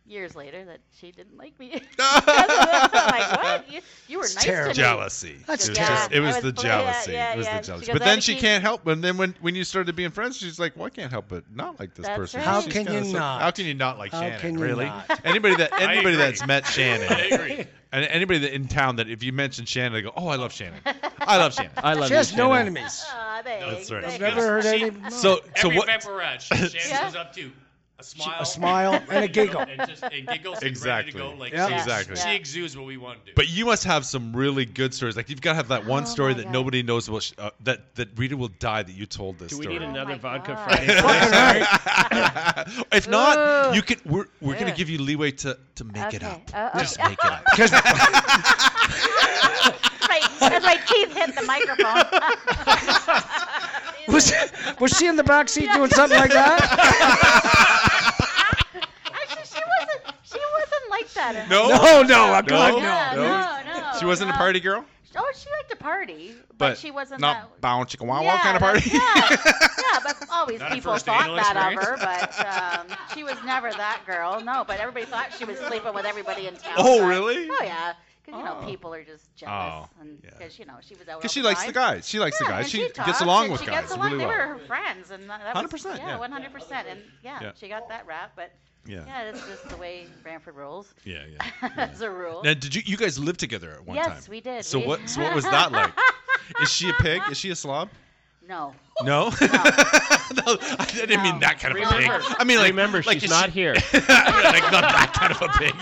years later, that she didn't like me. I'm like, what? You, you were It's nice terrible. to me. jealousy. That's it was, terrible. just, it Yeah, was the I was blaming- yeah, jealousy. yeah, it was yeah. the She jealousy. goes, But then "I she keep-" can't help. And then when, when you started being friends, she's like, "Well, I can't help but not like this That's person." right. How She's can kinda you so- not? How can you not like How Shannon? can you really? not? Anybody that anybody agree. that's met I Shannon, agree. and anybody that in town that if you mention Shannon, they go, "Oh, I love Shannon. I love Shannon." Oh, I love She you, has no Shannon. enemies. Aw, thanks, right. thanks. I've never heard She- any. So so Every what? bachelorette, Shannon Yeah. goes up to a smile, smile and a giggle. and just and giggles Exactly. and ready to go. Like Yeah. she- Exactly. She exudes what we want to do. But you must have some really good stories. Like you've got to have that one Oh story my that God. nobody knows about. Sh- uh, that that reader will die that you told this Do we story. need Oh another my vodka God. Friday? if not, Ooh. you can. We're we're gonna Yeah. give you leeway to to make it Okay. up. Uh, Just okay. make it up. That's right. That's right. Keith hit the microphone. Was, was she in the back seat doing something like that? Actually, she wasn't. She wasn't like that. No, No, no, I'm No? God, Yeah, no. no. no, no. she wasn't a no. party girl, Oh, she liked to party, but, but she wasn't not that. bow chicka wow wow kind of but- party. Yeah, yeah, but always Not a people first thought anal that of her, but um, she was never that girl. No, but everybody thought she was sleeping with everybody in town. Oh, but- really? Oh yeah, because you know people are just jealous, Oh, and yeah. because you know she was out. all Because she likes the time. guys. She likes Yeah, the guys. and She, talks, gets along and with she guys Gets along. really they well. were her friends, and that, that 100%, was yeah, yeah. one hundred percent, and yeah, Yeah. she got that rap. But Yeah, yeah, that's just the way Branford rolls. yeah, yeah. As a rule. Now, did you you guys live together at one yes, time? we did. So We- what? So what was that like? Is she a pig? Is she a slob? no. No. no, I didn't mean No. that kind of a pig. Remember- I mean, like, Remember, like, she's is not she- here. like not that kind of a pig.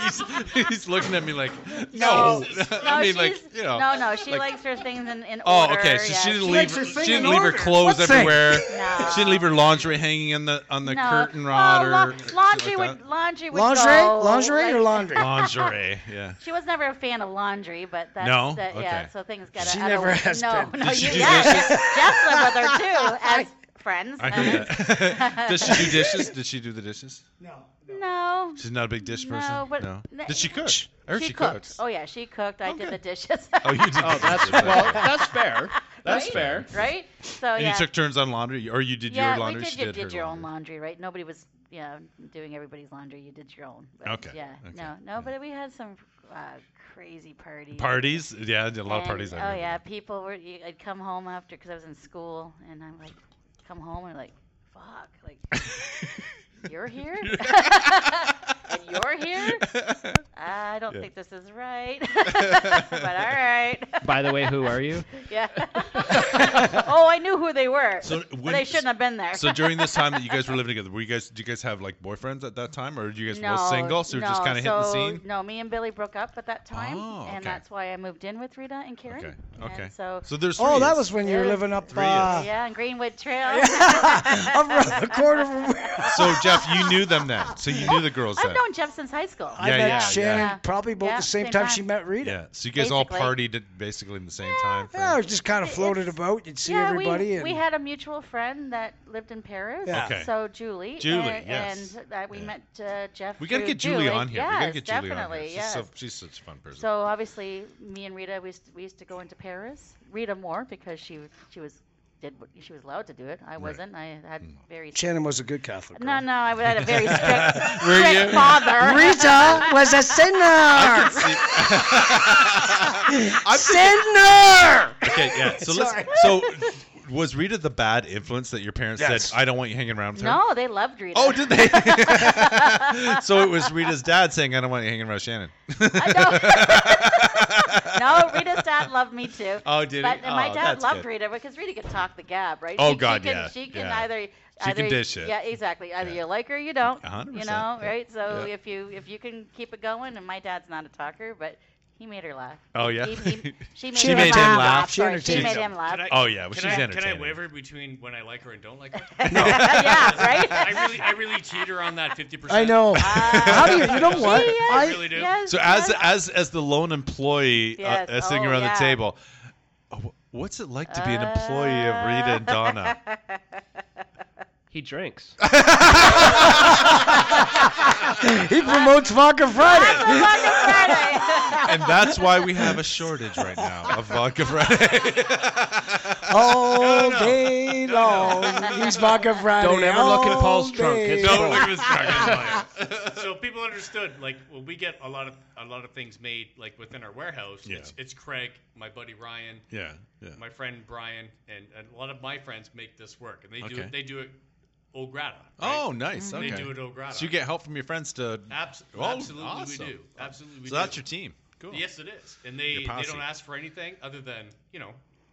He's, he's looking at me like, no. No, I mean, like, she's- you know. No, no, she like- likes her things in, in Oh, order. okay. So yeah. she didn't She- leave. likes her thing she didn't in leave her order. clothes What thing? everywhere. No. She didn't leave her lingerie hanging in the on the no. curtain Well, rod la- or shit laundry like would laundry would Lingerie? go, Lingerie or like- laundry? that. lingerie. Yeah. She was never a fan of laundry, but that's No? that, Okay. yeah. So things got. She out never of, has No, been. no, Did she you, do yeah, dishes? Jeff lived with her too as friends. I and- heard that. Does she do dishes? Did she do the dishes? No. She's not a big dish person. No, but- Did she cook? I heard she, cooked. cooks. Oh yeah, she cooked. I did the dishes. Oh, you did. Oh, the that's dishes, well, okay. that's fair. That's Right? fair. right? So and yeah. you took turns on laundry, or you did yeah, your laundry. we she did. You did her did your own laundry, right? Nobody was, yeah, doing everybody's laundry. You did your own. But Okay, Yeah. okay, No, no, but we had some uh, crazy parties. Parties, yeah, I did a lot of And- parties. I Oh remember. yeah, people were. You, I'd come home after because I was in school, and I'm like, come home and like, fuck, like, you're here, and you're here. I don't Yeah. think this is right, but all right. By the way, who are you? yeah. oh, I knew who they were. So But when- they shouldn't have been there. So during this time that you guys were living together, were you guys? Do you guys have like boyfriends at that time, or were you guys both single? So you're just no, kind of hitting the so, scene. No, me and Billy broke up at that time, Oh, okay. and that's why I moved in with Rita and Karen. Okay, and okay. so, So there's. Oh, three that of- was when you were Yeah. living up Three uh, is- yeah, on Greenwood Trail. up around the corner from where So Jeff, you knew them then. So you knew the girls I've then. known Jeff since high school. I Yeah, met yeah, Shannon yeah. probably about Yeah, the same, same time, time. she met Rita. Yeah. So you guys all Basically. partied at basically in the same time. frame. Yeah, it was just kind of It- floated it's- about. You'd see yeah, everybody. we, and we had a mutual friend that lived in Paris. Yeah. Okay. So Julie. Julie, and, yes. And that we Yeah. met uh, Jeff. We gotta through get Julie on here. Yes, we gotta get Julie definitely. on here. She's, yes. so, she's such a fun person. So obviously, me and Rita, we used, we used to go into Paris. Rita more because she she was did what she was allowed to do it. I wasn't. I had Mm. very Shannon was a good Catholic. no girl. no. I had a very strict, Were strict you? father. Rita was a sinner. I'm Sinner. Okay, yeah. So let's. So was Rita the bad influence that your parents Yes. said, "I don't want you hanging around with her"? No, they loved Rita. Oh, did they? so it was Rita's dad saying, "I don't want you hanging around Shannon." I know. no, Rita's dad loved me too. Oh, did But he? my Oh, dad that's loved good. Rita because Rita could talk the gab, right? Oh, she, God, she can, yeah, She can yeah. either can either- dish it. Yeah, exactly. Either Yeah. you like her, or you don't. A hundred You percent, know, yeah, right? So yeah. if you if you can keep it going, and my dad's not a talker, but he made her laugh. Oh, yeah? He- he- she made, She him, made him laugh. laugh. She Sorry, she entertained made him. him laugh. Can I- Oh, yeah, well, can she's I, Can entertaining. I waver between when I like her and don't like her? yeah, right. I really, I really teeter on that fifty percent. I know. How do you? You know Ah. She- what? yes, I really do. yes, So as yes. as as the lone employee Yes, uh, uh, sitting oh, around yeah. Uh, the table, oh, wh- what's it like to be an employee of Rita and Donna? He drinks. he promotes Vodka Friday. and that's why we have a shortage right now of vodka Friday. All day long. He's Vodka Friday. Don't ever look in all Oh, Paul's trunk. day. It's Don't look at this truck. so people understood, like, well, we get a lot of a lot of things made like within our warehouse. Yeah. It's, it's Craig, my buddy Ryan, yeah, yeah. my friend Brian, and, and a lot of my friends make this work, and they do Okay. it. They do it. Old Grata. Oh, nice. They Okay. do it Old Grata. So you get help from your friends to. Abs- Oh, absolutely, awesome. we do. Absolutely, we so do. that's your team. Cool. Yes, it is, and they Your they posse. don't ask for anything other than you know.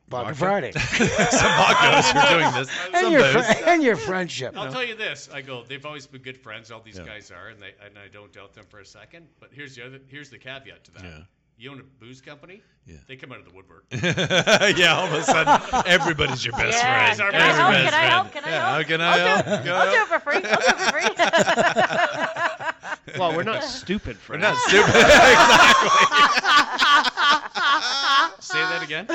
Vodka Vodka. Friday. Some vodkas for doing this. And Some your, booze. fri- and your friendship. I'll tell you this. I go. They've always been good friends. All these Yeah. guys are, and they and I don't doubt them for a second. But here's the other. Here's the caveat to that. Yeah. You own a booze company. Yeah. They come out of the woodwork. yeah, all of a sudden, everybody's your best Yeah. friend. Can I Everybody's help? Can I help? friend. Can I yeah, help? How can I help? Go I'll do help. it for free. I'll do it for free. Well, we're not stupid, We're friends. not stupid. exactly. Say that again.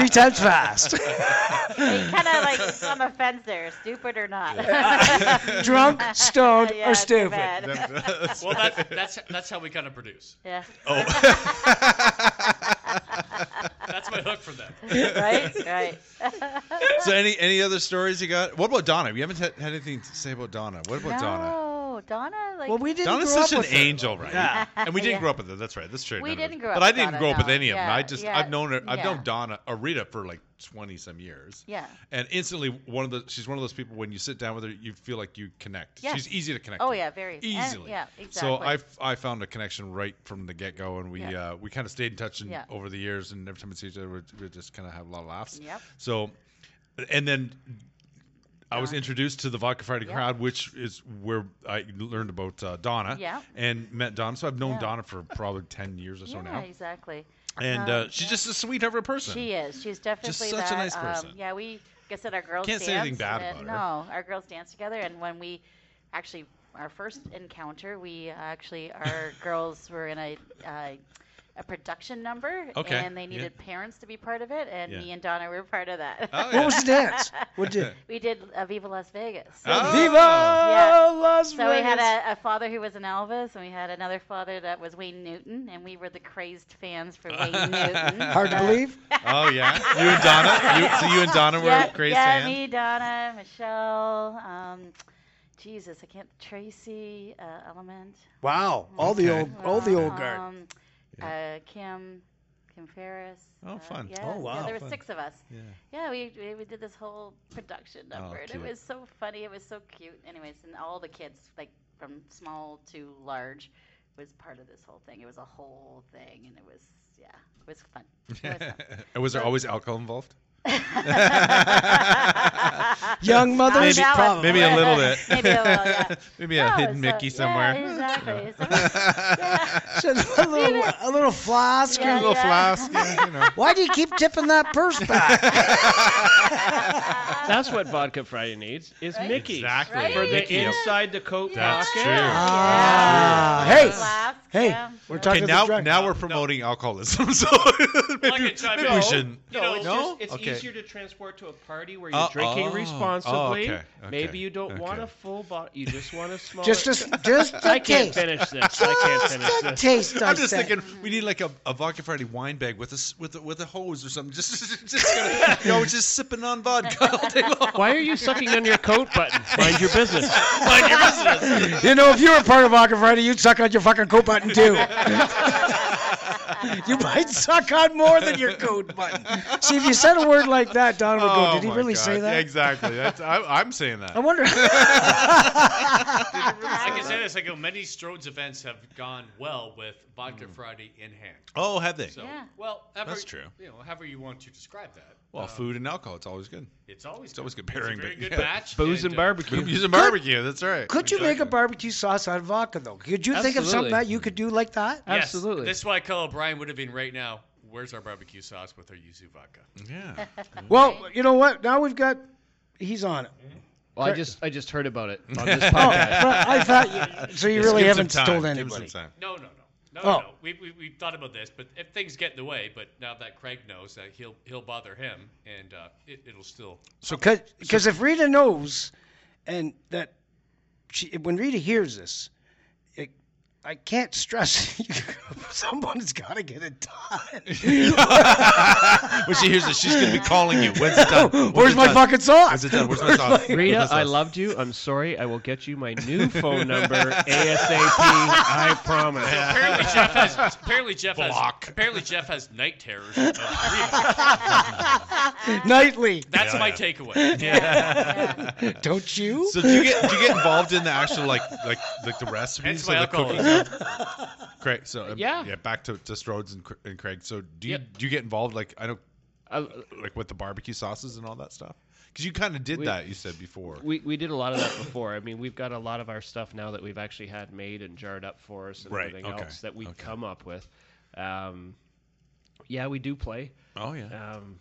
Three times fast. kind of like on the fence there, stupid or not. Drunk, stoned, Yeah, or too stupid. bad. Well, that's that's that's how we kind of produce. Yeah. Oh. That's my hook for them. Right. Right. so any any other stories you got? What about Donna? We haven't had, had anything to say about Donna. What about Donna? No, Donna. Like Well, we didn't Donna's grow such up an with her. angel, right? Yeah. And we didn't Yeah. grow up with her. That's right. That's true. We None of didn't us- grow up But I with didn't Donna, grow up with no. any of them. Yeah, I just yeah, I've known her. I've yeah. known Donna or Rita for like twenty some years. Yeah. And instantly, one of the she's one of those people when you sit down with her, you feel like you connect. Yes. She's easy to connect. Oh with. yeah, very and- easily. yeah, exactly. So I, f- I found a connection right from the get go, and we Yeah. uh, we kind of stayed in touch and Yeah. over the years, and every time we see each other, we we just kind of have a lot of laughs. Yep. So, and then I was Donna. introduced to the Vodka Friday Yeah. crowd, which is where I learned about uh, Donna. Yeah. And met Donna, so I've known Yeah. Donna for probably ten years or so yeah, now, exactly. and Um, uh, she's just a sweetheart of a person. She is. She's definitely such a that. nice person. Um, yeah, we. like I said our girls Can't dance. say anything bad and- about No, our girls dance together, and when we actually our first encounter, we uh, actually our girls were in a. Uh, a production number, Okay, and they yeah. needed parents to be part of it, and Yeah. me and Donna were part of that. Oh, yeah. What was the dance? What did? we did uh, Viva Las Vegas. Oh. Viva Yeah. Las So we had Vegas. a, a father who was an Elvis, and we had another father that was Wayne Newton, and we were the crazed fans for Wayne Newton. Hard to Uh, believe. Oh yeah, you and Donna. You, so you and Donna were yeah, crazy yeah, fans. me, Donna, Michelle. Um, Jesus, I can't. Tracy uh, Element. Wow, all the Okay. old, all the old um, guard. uh, Kim, Kim Ferris. Oh, uh, fun. yeah, Oh, wow. Yeah, there were Fun. six of us. Yeah. Yeah, we, we we did this whole production Oh, number, and it cute. was so funny. It was so cute. Anyways, and all the kids, like from small to large, was part of this whole thing. It was a whole thing, and it was yeah, it was fun. It was fun. and was there always alcohol involved? Young mothers, Maybe- probably. Maybe a little bit. Maybe a little, yeah. Maybe a No, hidden so- Mickey yeah, somewhere. exactly. So we- Just a little, a little flask. a Yeah, little yeah. flask, yeah, you know. Why do you keep tipping that purse back? That's what Vodka Friday needs is Right? Mickey's. Exactly. Right? For the Mickey. inside the coat That's pocket. true. Ah, Yeah. hey, Flask, hey, yeah. we're Okay, talking now to the now we're promoting alcoholism, so maybe, Uh, chime maybe in. we No. shouldn't. No, No, it's, oh, no? Just, it's Okay. easier to transport to a party where you're Oh, drinking oh, oh, responsibly. okay, okay, Maybe you don't want okay. a full bottle. You just want a small. just a, just I a can't taste. finish this. I can't finish Just a this. taste. I'm just said. thinking we need like a, a vodka Friday wine bag with a s- with a, with a hose or something. Just just gonna, you know, just sipping on vodka all day long. Why are you sucking on your coat button? Mind your business. Mind your business. You know, if you were part of Vodka Friday, you'd suck on your fucking coat button too. you might suck on more than your coat button. See, if you said a word like that, Don would go, Oh "Did he my really say God. that?" Exactly. That's, I, I'm saying that. I wonder. I can say this. I go. Many Strode's events have gone well with Vodka Friday in hand. Oh, have they? So, Yeah. well, however, Mm. That's true. You know, however you want to describe that. Well, Uh, food and alcohol, it's always good. It's always It's always good It's a pairing, very but- good uh, yeah. match. Booze and barbecue. Using barbecue, that's right. Could you make a Exactly. barbecue sauce out of vodka though? Could you think of something Absolutely. that you could do like that? Yes, Absolutely. This is why I call Brian would have been right now. Where's our barbecue sauce with our yuzu vodka? Yeah. Well, you know what? Now we've got. He's on it. Well, I just I just heard about it on this Oh, podcast. I thought you, so. You Just really give him haven't time. told Give him some anybody. time. No, no, no. No, Oh. no, we, we we thought about this, but if things get in the way, but now that Craig knows that he'll he'll bother him, and uh, it, it'll still. So, because if Rita knows, and that she, when Rita hears this, it, I can't stress. someone's got to get it done. when she hears this, she's gonna be calling you. When's it done? When's Where's it my done? fucking sauce? When's it done? Where's my sauce? Rita, Where's my I sauce? loved you. I'm sorry. I will get you my new phone number ASAP. I promise. Apparently Jeff has. Apparently Jeff Block. has. Apparently Jeff has night terrors. of Rita. Nightly, That's Yeah, my yeah. takeaway. don't you? So do you get do you get involved in the actual like like like the recipes Hence my or the cooking? alcoholism. Craig, so um, Yeah. yeah. Back to to Strode's and, Cr- and Craig. So do you Yep. do you get involved like I don't I, like with the barbecue sauces and all that stuff? Because you kind of did We- that. You said before. we, we did a lot of that before. I mean, we've got a lot of our stuff now that we've actually had made and jarred up for us and Right, everything okay, else that we okay. come up with. Um, yeah, we do play. oh yeah. Um,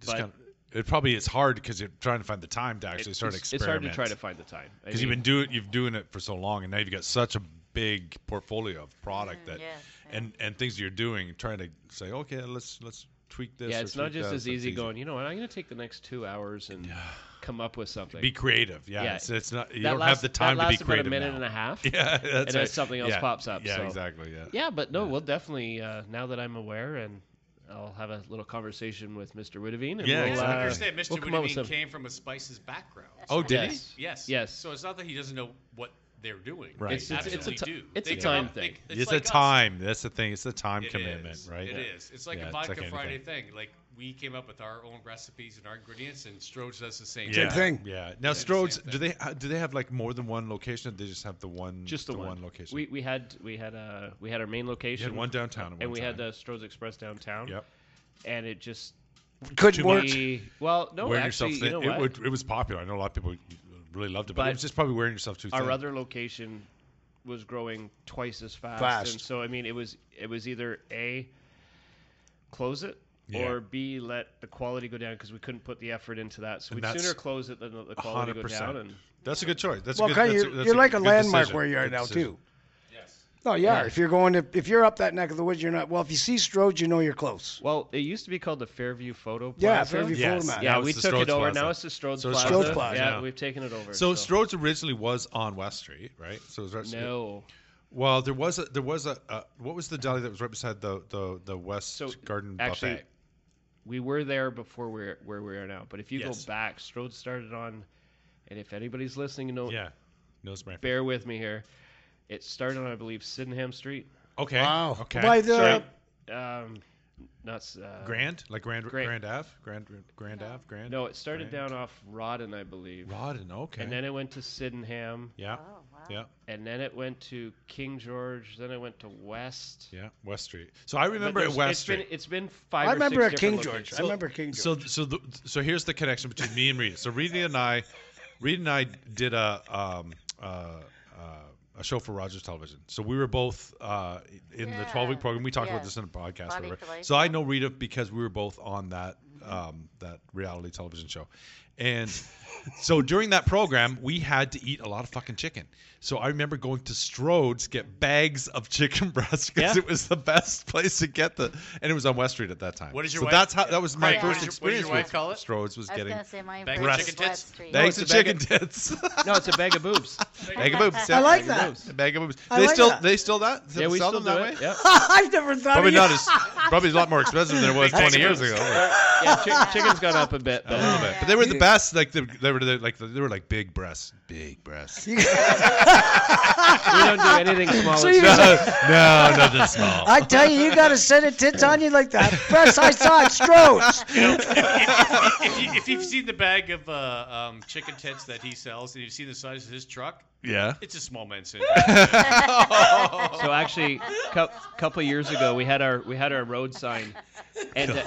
Just but- kind of, it probably is hard because you're trying to find the time to actually it- start it's, it's hard experimenting. to try to find the time. I because you've mean, been doing you've doing it for so long, and now you've got such a big portfolio of product that yes, yeah. and and things you're doing, trying to say, okay, let's let's tweak this. yeah, or it's not tweak just that, as that's easy going. You know what? I'm going to take the next two hours and come up with something. Be creative. Yeah, Yeah. It's, it's not you That don't have lasts- the time that to be lasts about creative a minute now. and a half. Yeah, that's then right. something else Yeah, pops up, Yeah, so- exactly. Yeah. Yeah, but no, we'll definitely uh, now that I'm aware, and I'll have a little conversation with Mr. Witteveen. And Yeah, we'll, exactly. uh, I understand. Mr. we'll come up with Woodavine some- came from a Spices background. Oh, did he? Yes. Yes. Yes. So it's not that he doesn't know what they're doing. Right. They It's- it's- it's a absolutely ti- do. it's They a come time up- thing. they- It's, a like us. time. That's the thing. It's the time It commitment, is. right? It is. It's like Yeah, a it's like Vodka anything. Friday thing. Like we came up with our own recipes and our ingredients, and Strode's does the same. Yeah. thing. thing. Yeah. Now, it's the same Strode's, do they ha- do they have like more than one location? Or they just have the one. Just the, the one. location. We we had we had uh we had our main you location. had one downtown. at one and we had time. the Stroh's Express downtown. Yep. And it just Couldn't Too work. much. we, well no wearing Oh, actually yourself thin. you know what it, would- it was popular. I know a lot of people really loved it, but, But it was just probably wearing yourself too thin. our other location was growing twice as fast. Fast. And so I mean it was it was either a close it Yeah. or b let the quality go down because we couldn't put the effort into that. So And we'd that's sooner close it than let the quality go 100%. down. And That's a good choice. That's Well, a good, kind that's of, a- you're, that's you're a like a good landmark decision. where you are Good now decision. too. No, you are. Yeah. If you're going to, if you're up that neck of the woods, you're not. Well, if you see Strode, you know you're close. well, it used to be called the Fairview Photo Plaza. Yeah, Fairview Yes. Photo Map. Yeah, Now we it's the took it Strode's over. Plaza. Now it's the Strode's So it's Plaza. Strode's Plaza. Yeah, Yeah. we've taken it over. So, Strode's originally was on West Street, right? So it was right no, Well, there was a there was a uh, what was the deli that was right beside the the the West So, Garden actually, buffet? we were there before we're where we are now. But if you Yes. go back, Strode started on, and if anybody's listening, you know, Yeah, no spray. bear with me here. It started on, I believe, Sydenham Street. Okay. Wow. Okay. By the Sorry, um, not S- uh, Grand, like Grand Grand. Grand Ave, Grand Grand Ave, Grand. No, it started Grand. down off Rodden, I believe, Rodden. Okay. and then it went to Sydenham, yeah, Oh, wow. yeah, and then it went to King George, then it went to West. yeah. West Street. So I remember But at there's- West it's Street. Been, it's been five. I or remember six at King different George. locations. I remember King George. so so the, so here's the connection between me and Rita. So Rita and I, Rita and I did a um uh, uh a show for Rogers Television. So we were both uh in the Yeah. 12 week program. We talked Yeah. about this in a podcast. Body whatever. for Life, So I yeah. know Rita because we were both on that um that reality television show, and. So during that program, we had to eat a lot of fucking chicken. So I remember going to Strode's get bags of chicken breasts because Yeah. it was the best place to get the, and it was on West Street at that time. What is your So wife- that's how that was my Yeah. first What did your- what did experience your with wife call it? Strode's was I was getting gonna say my Bag of breast is chicken tits? West Street. bags of No, it's a bag chicken tits. No, it's a bag of boobs. bag of boobs. yeah. I like Bag of that. boobs. Bag of boobs. I They like still that. they still that. Yeah, we sell still do them that way. it. Yep. I've never thought Probably of you. not as probably a lot more expensive than it was Bag of 20 years boobs. ago. Yeah, chick- chickens got up a bit. A But little bit, but they were the best. Like the, they were the, like the, they were like big breasts, big breasts. we don't do anything small. So and you- stuff. no, nothing small. I tell you, you got a set of tits on you like that. Press I saw it, Strode's. if, you, if you've seen the bag of uh, um, chicken tits that he sells, and you've seen the size of his truck, Yeah. it's a small man syndrome. So actually, a couple years ago, we had our we had our road sign, and uh,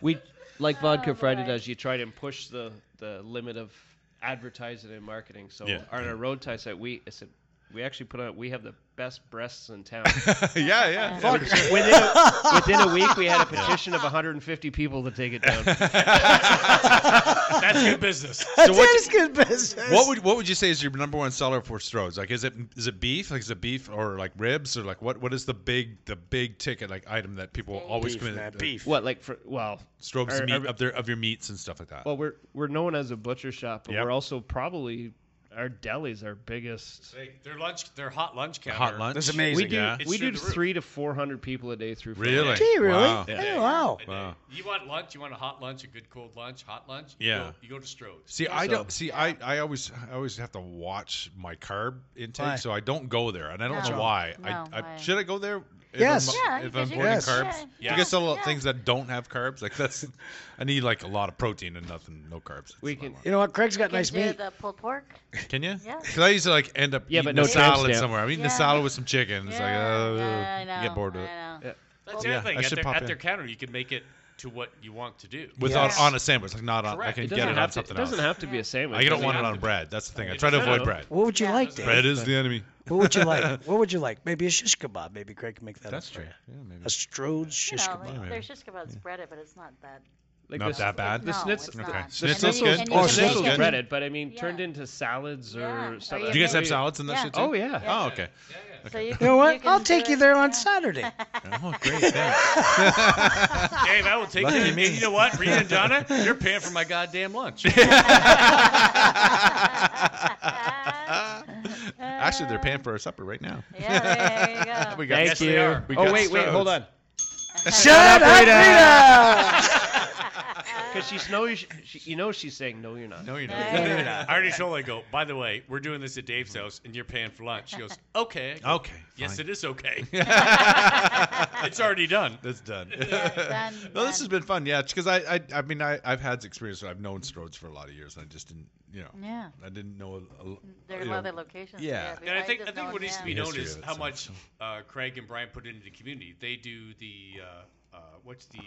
we like Vodka Friday does. You try to push the the limit of advertising and marketing. So Yeah. on our road tie site, we I said We actually put out. We have the best breasts in town. yeah, yeah. Fuck. within, a, within a week, we had a petition of 150 people to take it down. That's good business. That what- is good business. What would what would you say is your number one seller for Strode's? Like, is it is it beef? Like, is it beef or like ribs or like what what is the big the big ticket like item that people always come in? man, uh, beef. What like for? Well, Strode's Are- meat are- of their of your meats and stuff like that. well, we're we're known as a butcher shop, but Yep. we're also probably our deli's our biggest. They, their lunch, their hot lunch counter. Hot lunch. That's amazing. We do Yeah. It's we through do the roof. three to four hundred people a day through. Friday. Really? Gee, really? Wow. Oh, Yeah. wow. A day. Wow. uh, You want lunch? You want a hot lunch? A good cold lunch? Hot lunch? Yeah. You go, you go to Strode's. See, I So- don't see. I, I always I always have to watch my carb intake, Why? so I don't go there, and I don't No. know why. No, I, I why? should I go there? If Yes. I'm, Yeah, if because I'm you going Yes. to carbs, yeah, Do you guys sell yeah. things that don't have carbs? Like that's, I need like a lot of protein and nothing, no carbs. That's We what I can- want. You know what? Craig's got You nice can do meat. The pulled pork. Can you? Yeah. Because I used to like end up Yeah, eating but no a salad timestamp. somewhere. I'm eating a Yeah. salad with some chicken. It's like, uh, yeah, I know. get bored of I it. know. Yeah. That's Yeah, the other thing. I At, should their, pop at in. their counter, you can make it to what you want to do. Without Yes. on a sandwich, like not on. Correct. I It can doesn't get it on have to. It something doesn't else. have to be a sandwich. I It don't doesn't want it have on to be- bread. That's the thing. I It try to doesn't avoid have- bread. What would you Yeah. like, Dave? Bread is the enemy. What would you like? What would you like? Maybe a shish kebab. Maybe Craig can make that. That's up true. for you. Yeah, maybe. A Strode's You shish know, kebab. like, yeah. there's just about spread it, but it's not that. Like Not this- that bad. The No, it's schnitz- Okay. not. Schnitzel's And then you- good. and you can schnitzel's Oh, make schnitzel's it- good. breaded, but I mean, Yeah. turned into salads or Yeah. stuff. Or like Do you guys that. have salads and that Yeah. shit too? Oh Yeah. yeah. Oh okay. So you, You know what? can I'll do take you it. there on Yeah. Saturday. Oh great. Thanks. Dave, I will take Lucky you. And me. you know what, Rita and Donna, you're paying for my goddamn lunch. Actually, they're paying for our supper right now. Yeah, there you go. We Thank Yes, you. they are. We oh got wait, wait, hold Strode's. on. Shut up, Rita! Because she knows, she, you know, she's saying no, you're not. No, you're Yeah, not. yeah, yeah. I already told her, I go, by the way, we're doing this at Dave's house and you're paying for lunch. She goes, okay. I go, Okay. Yes, fine. it is okay. it's already done. That's done. done, no, this done. has been fun. Yeah, because I, I, I mean, I, I've had experience. where I've known Strode's for a lot of years, and I just didn't, you know, Yeah, I didn't know. A, a, there are you a know, lot of other locations. yeah. we And I might think I just think know what needs to them. be The known history is of it, how so- much so- uh, Craig and Brian put into the community. They do the uh, uh, what's the uh,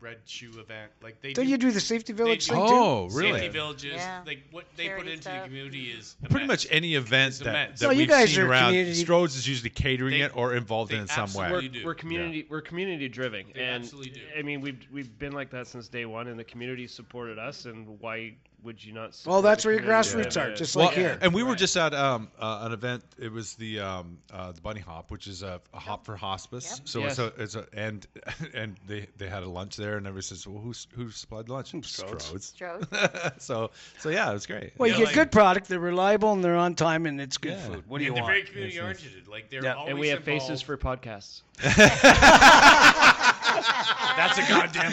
red shoe event? Like they Don't do you do the safety village do- thing Oh, too? really? safety villages. Yeah. Like what they put Charity into the stuff. community is Pretty much any event It's a that, mess. that No, you we've guys seen are around, community- Strode's is usually catering They- it or involved they in it some We're, absolutely way. do. we're community, we're community driven, They and absolutely do. I mean, we've we've been like that since day one, and the community supported us. And why would you not? Well, support that's the where your community? grassroots Yeah. are, just Well, like here. and we were just at um, uh, an event. It was the um, uh, the bunny hop, which is a, a hop for hospice. Yep. So Yes. it's a it's a and and they they had a lunch there, and everybody says, "Well, who who supplied the lunch?" Strode's. Stroke. so so yeah, it was great. Well, Yeah. you Yeah, get like- good product. They're reliable and they're on time and it's good Yeah. food. What do you and they're want? very community oriented. Like they're Yeah. always And we have involved. faces for podcasts. That's a goddamn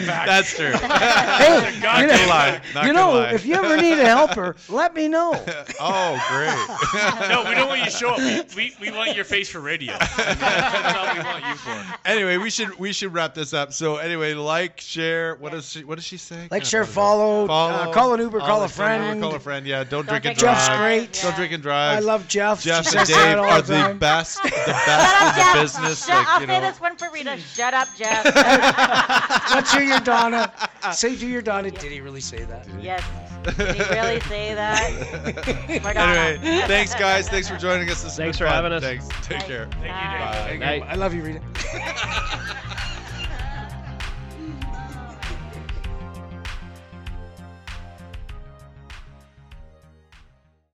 fact. That's true. Hey, you goddamn know, lie. Not gonna you know, lie. if you ever need a helper, let me know. oh, great. no, we don't want you to show up. We, we, we want your face for radio. That's all we want you for. anyway, we should we should wrap this up. So anyway, like, share. What does she? What does she say? Like, Can't share, remember. follow, uh, call an Uber, Oh, call a like, friend. call a friend. Yeah, don't, drink and drink and drive. Jeff's drive. great. Don't Yeah. drink and drive. I love Jeff. Jeff she and says that Dave all are the the time. best, the best in the business. Shut, like I'll you say know, this one for Rita. Shut up, Jeff. Let's hear your Donna. Say to your Donna. Did he really say that? yes. Did he really say that? Madonna. anyway, thanks guys. Thanks for joining us. This has Thanks been for fun. having us. Thanks. Take Bye. care. Thank you, Dave. Bye. I love you, Rita.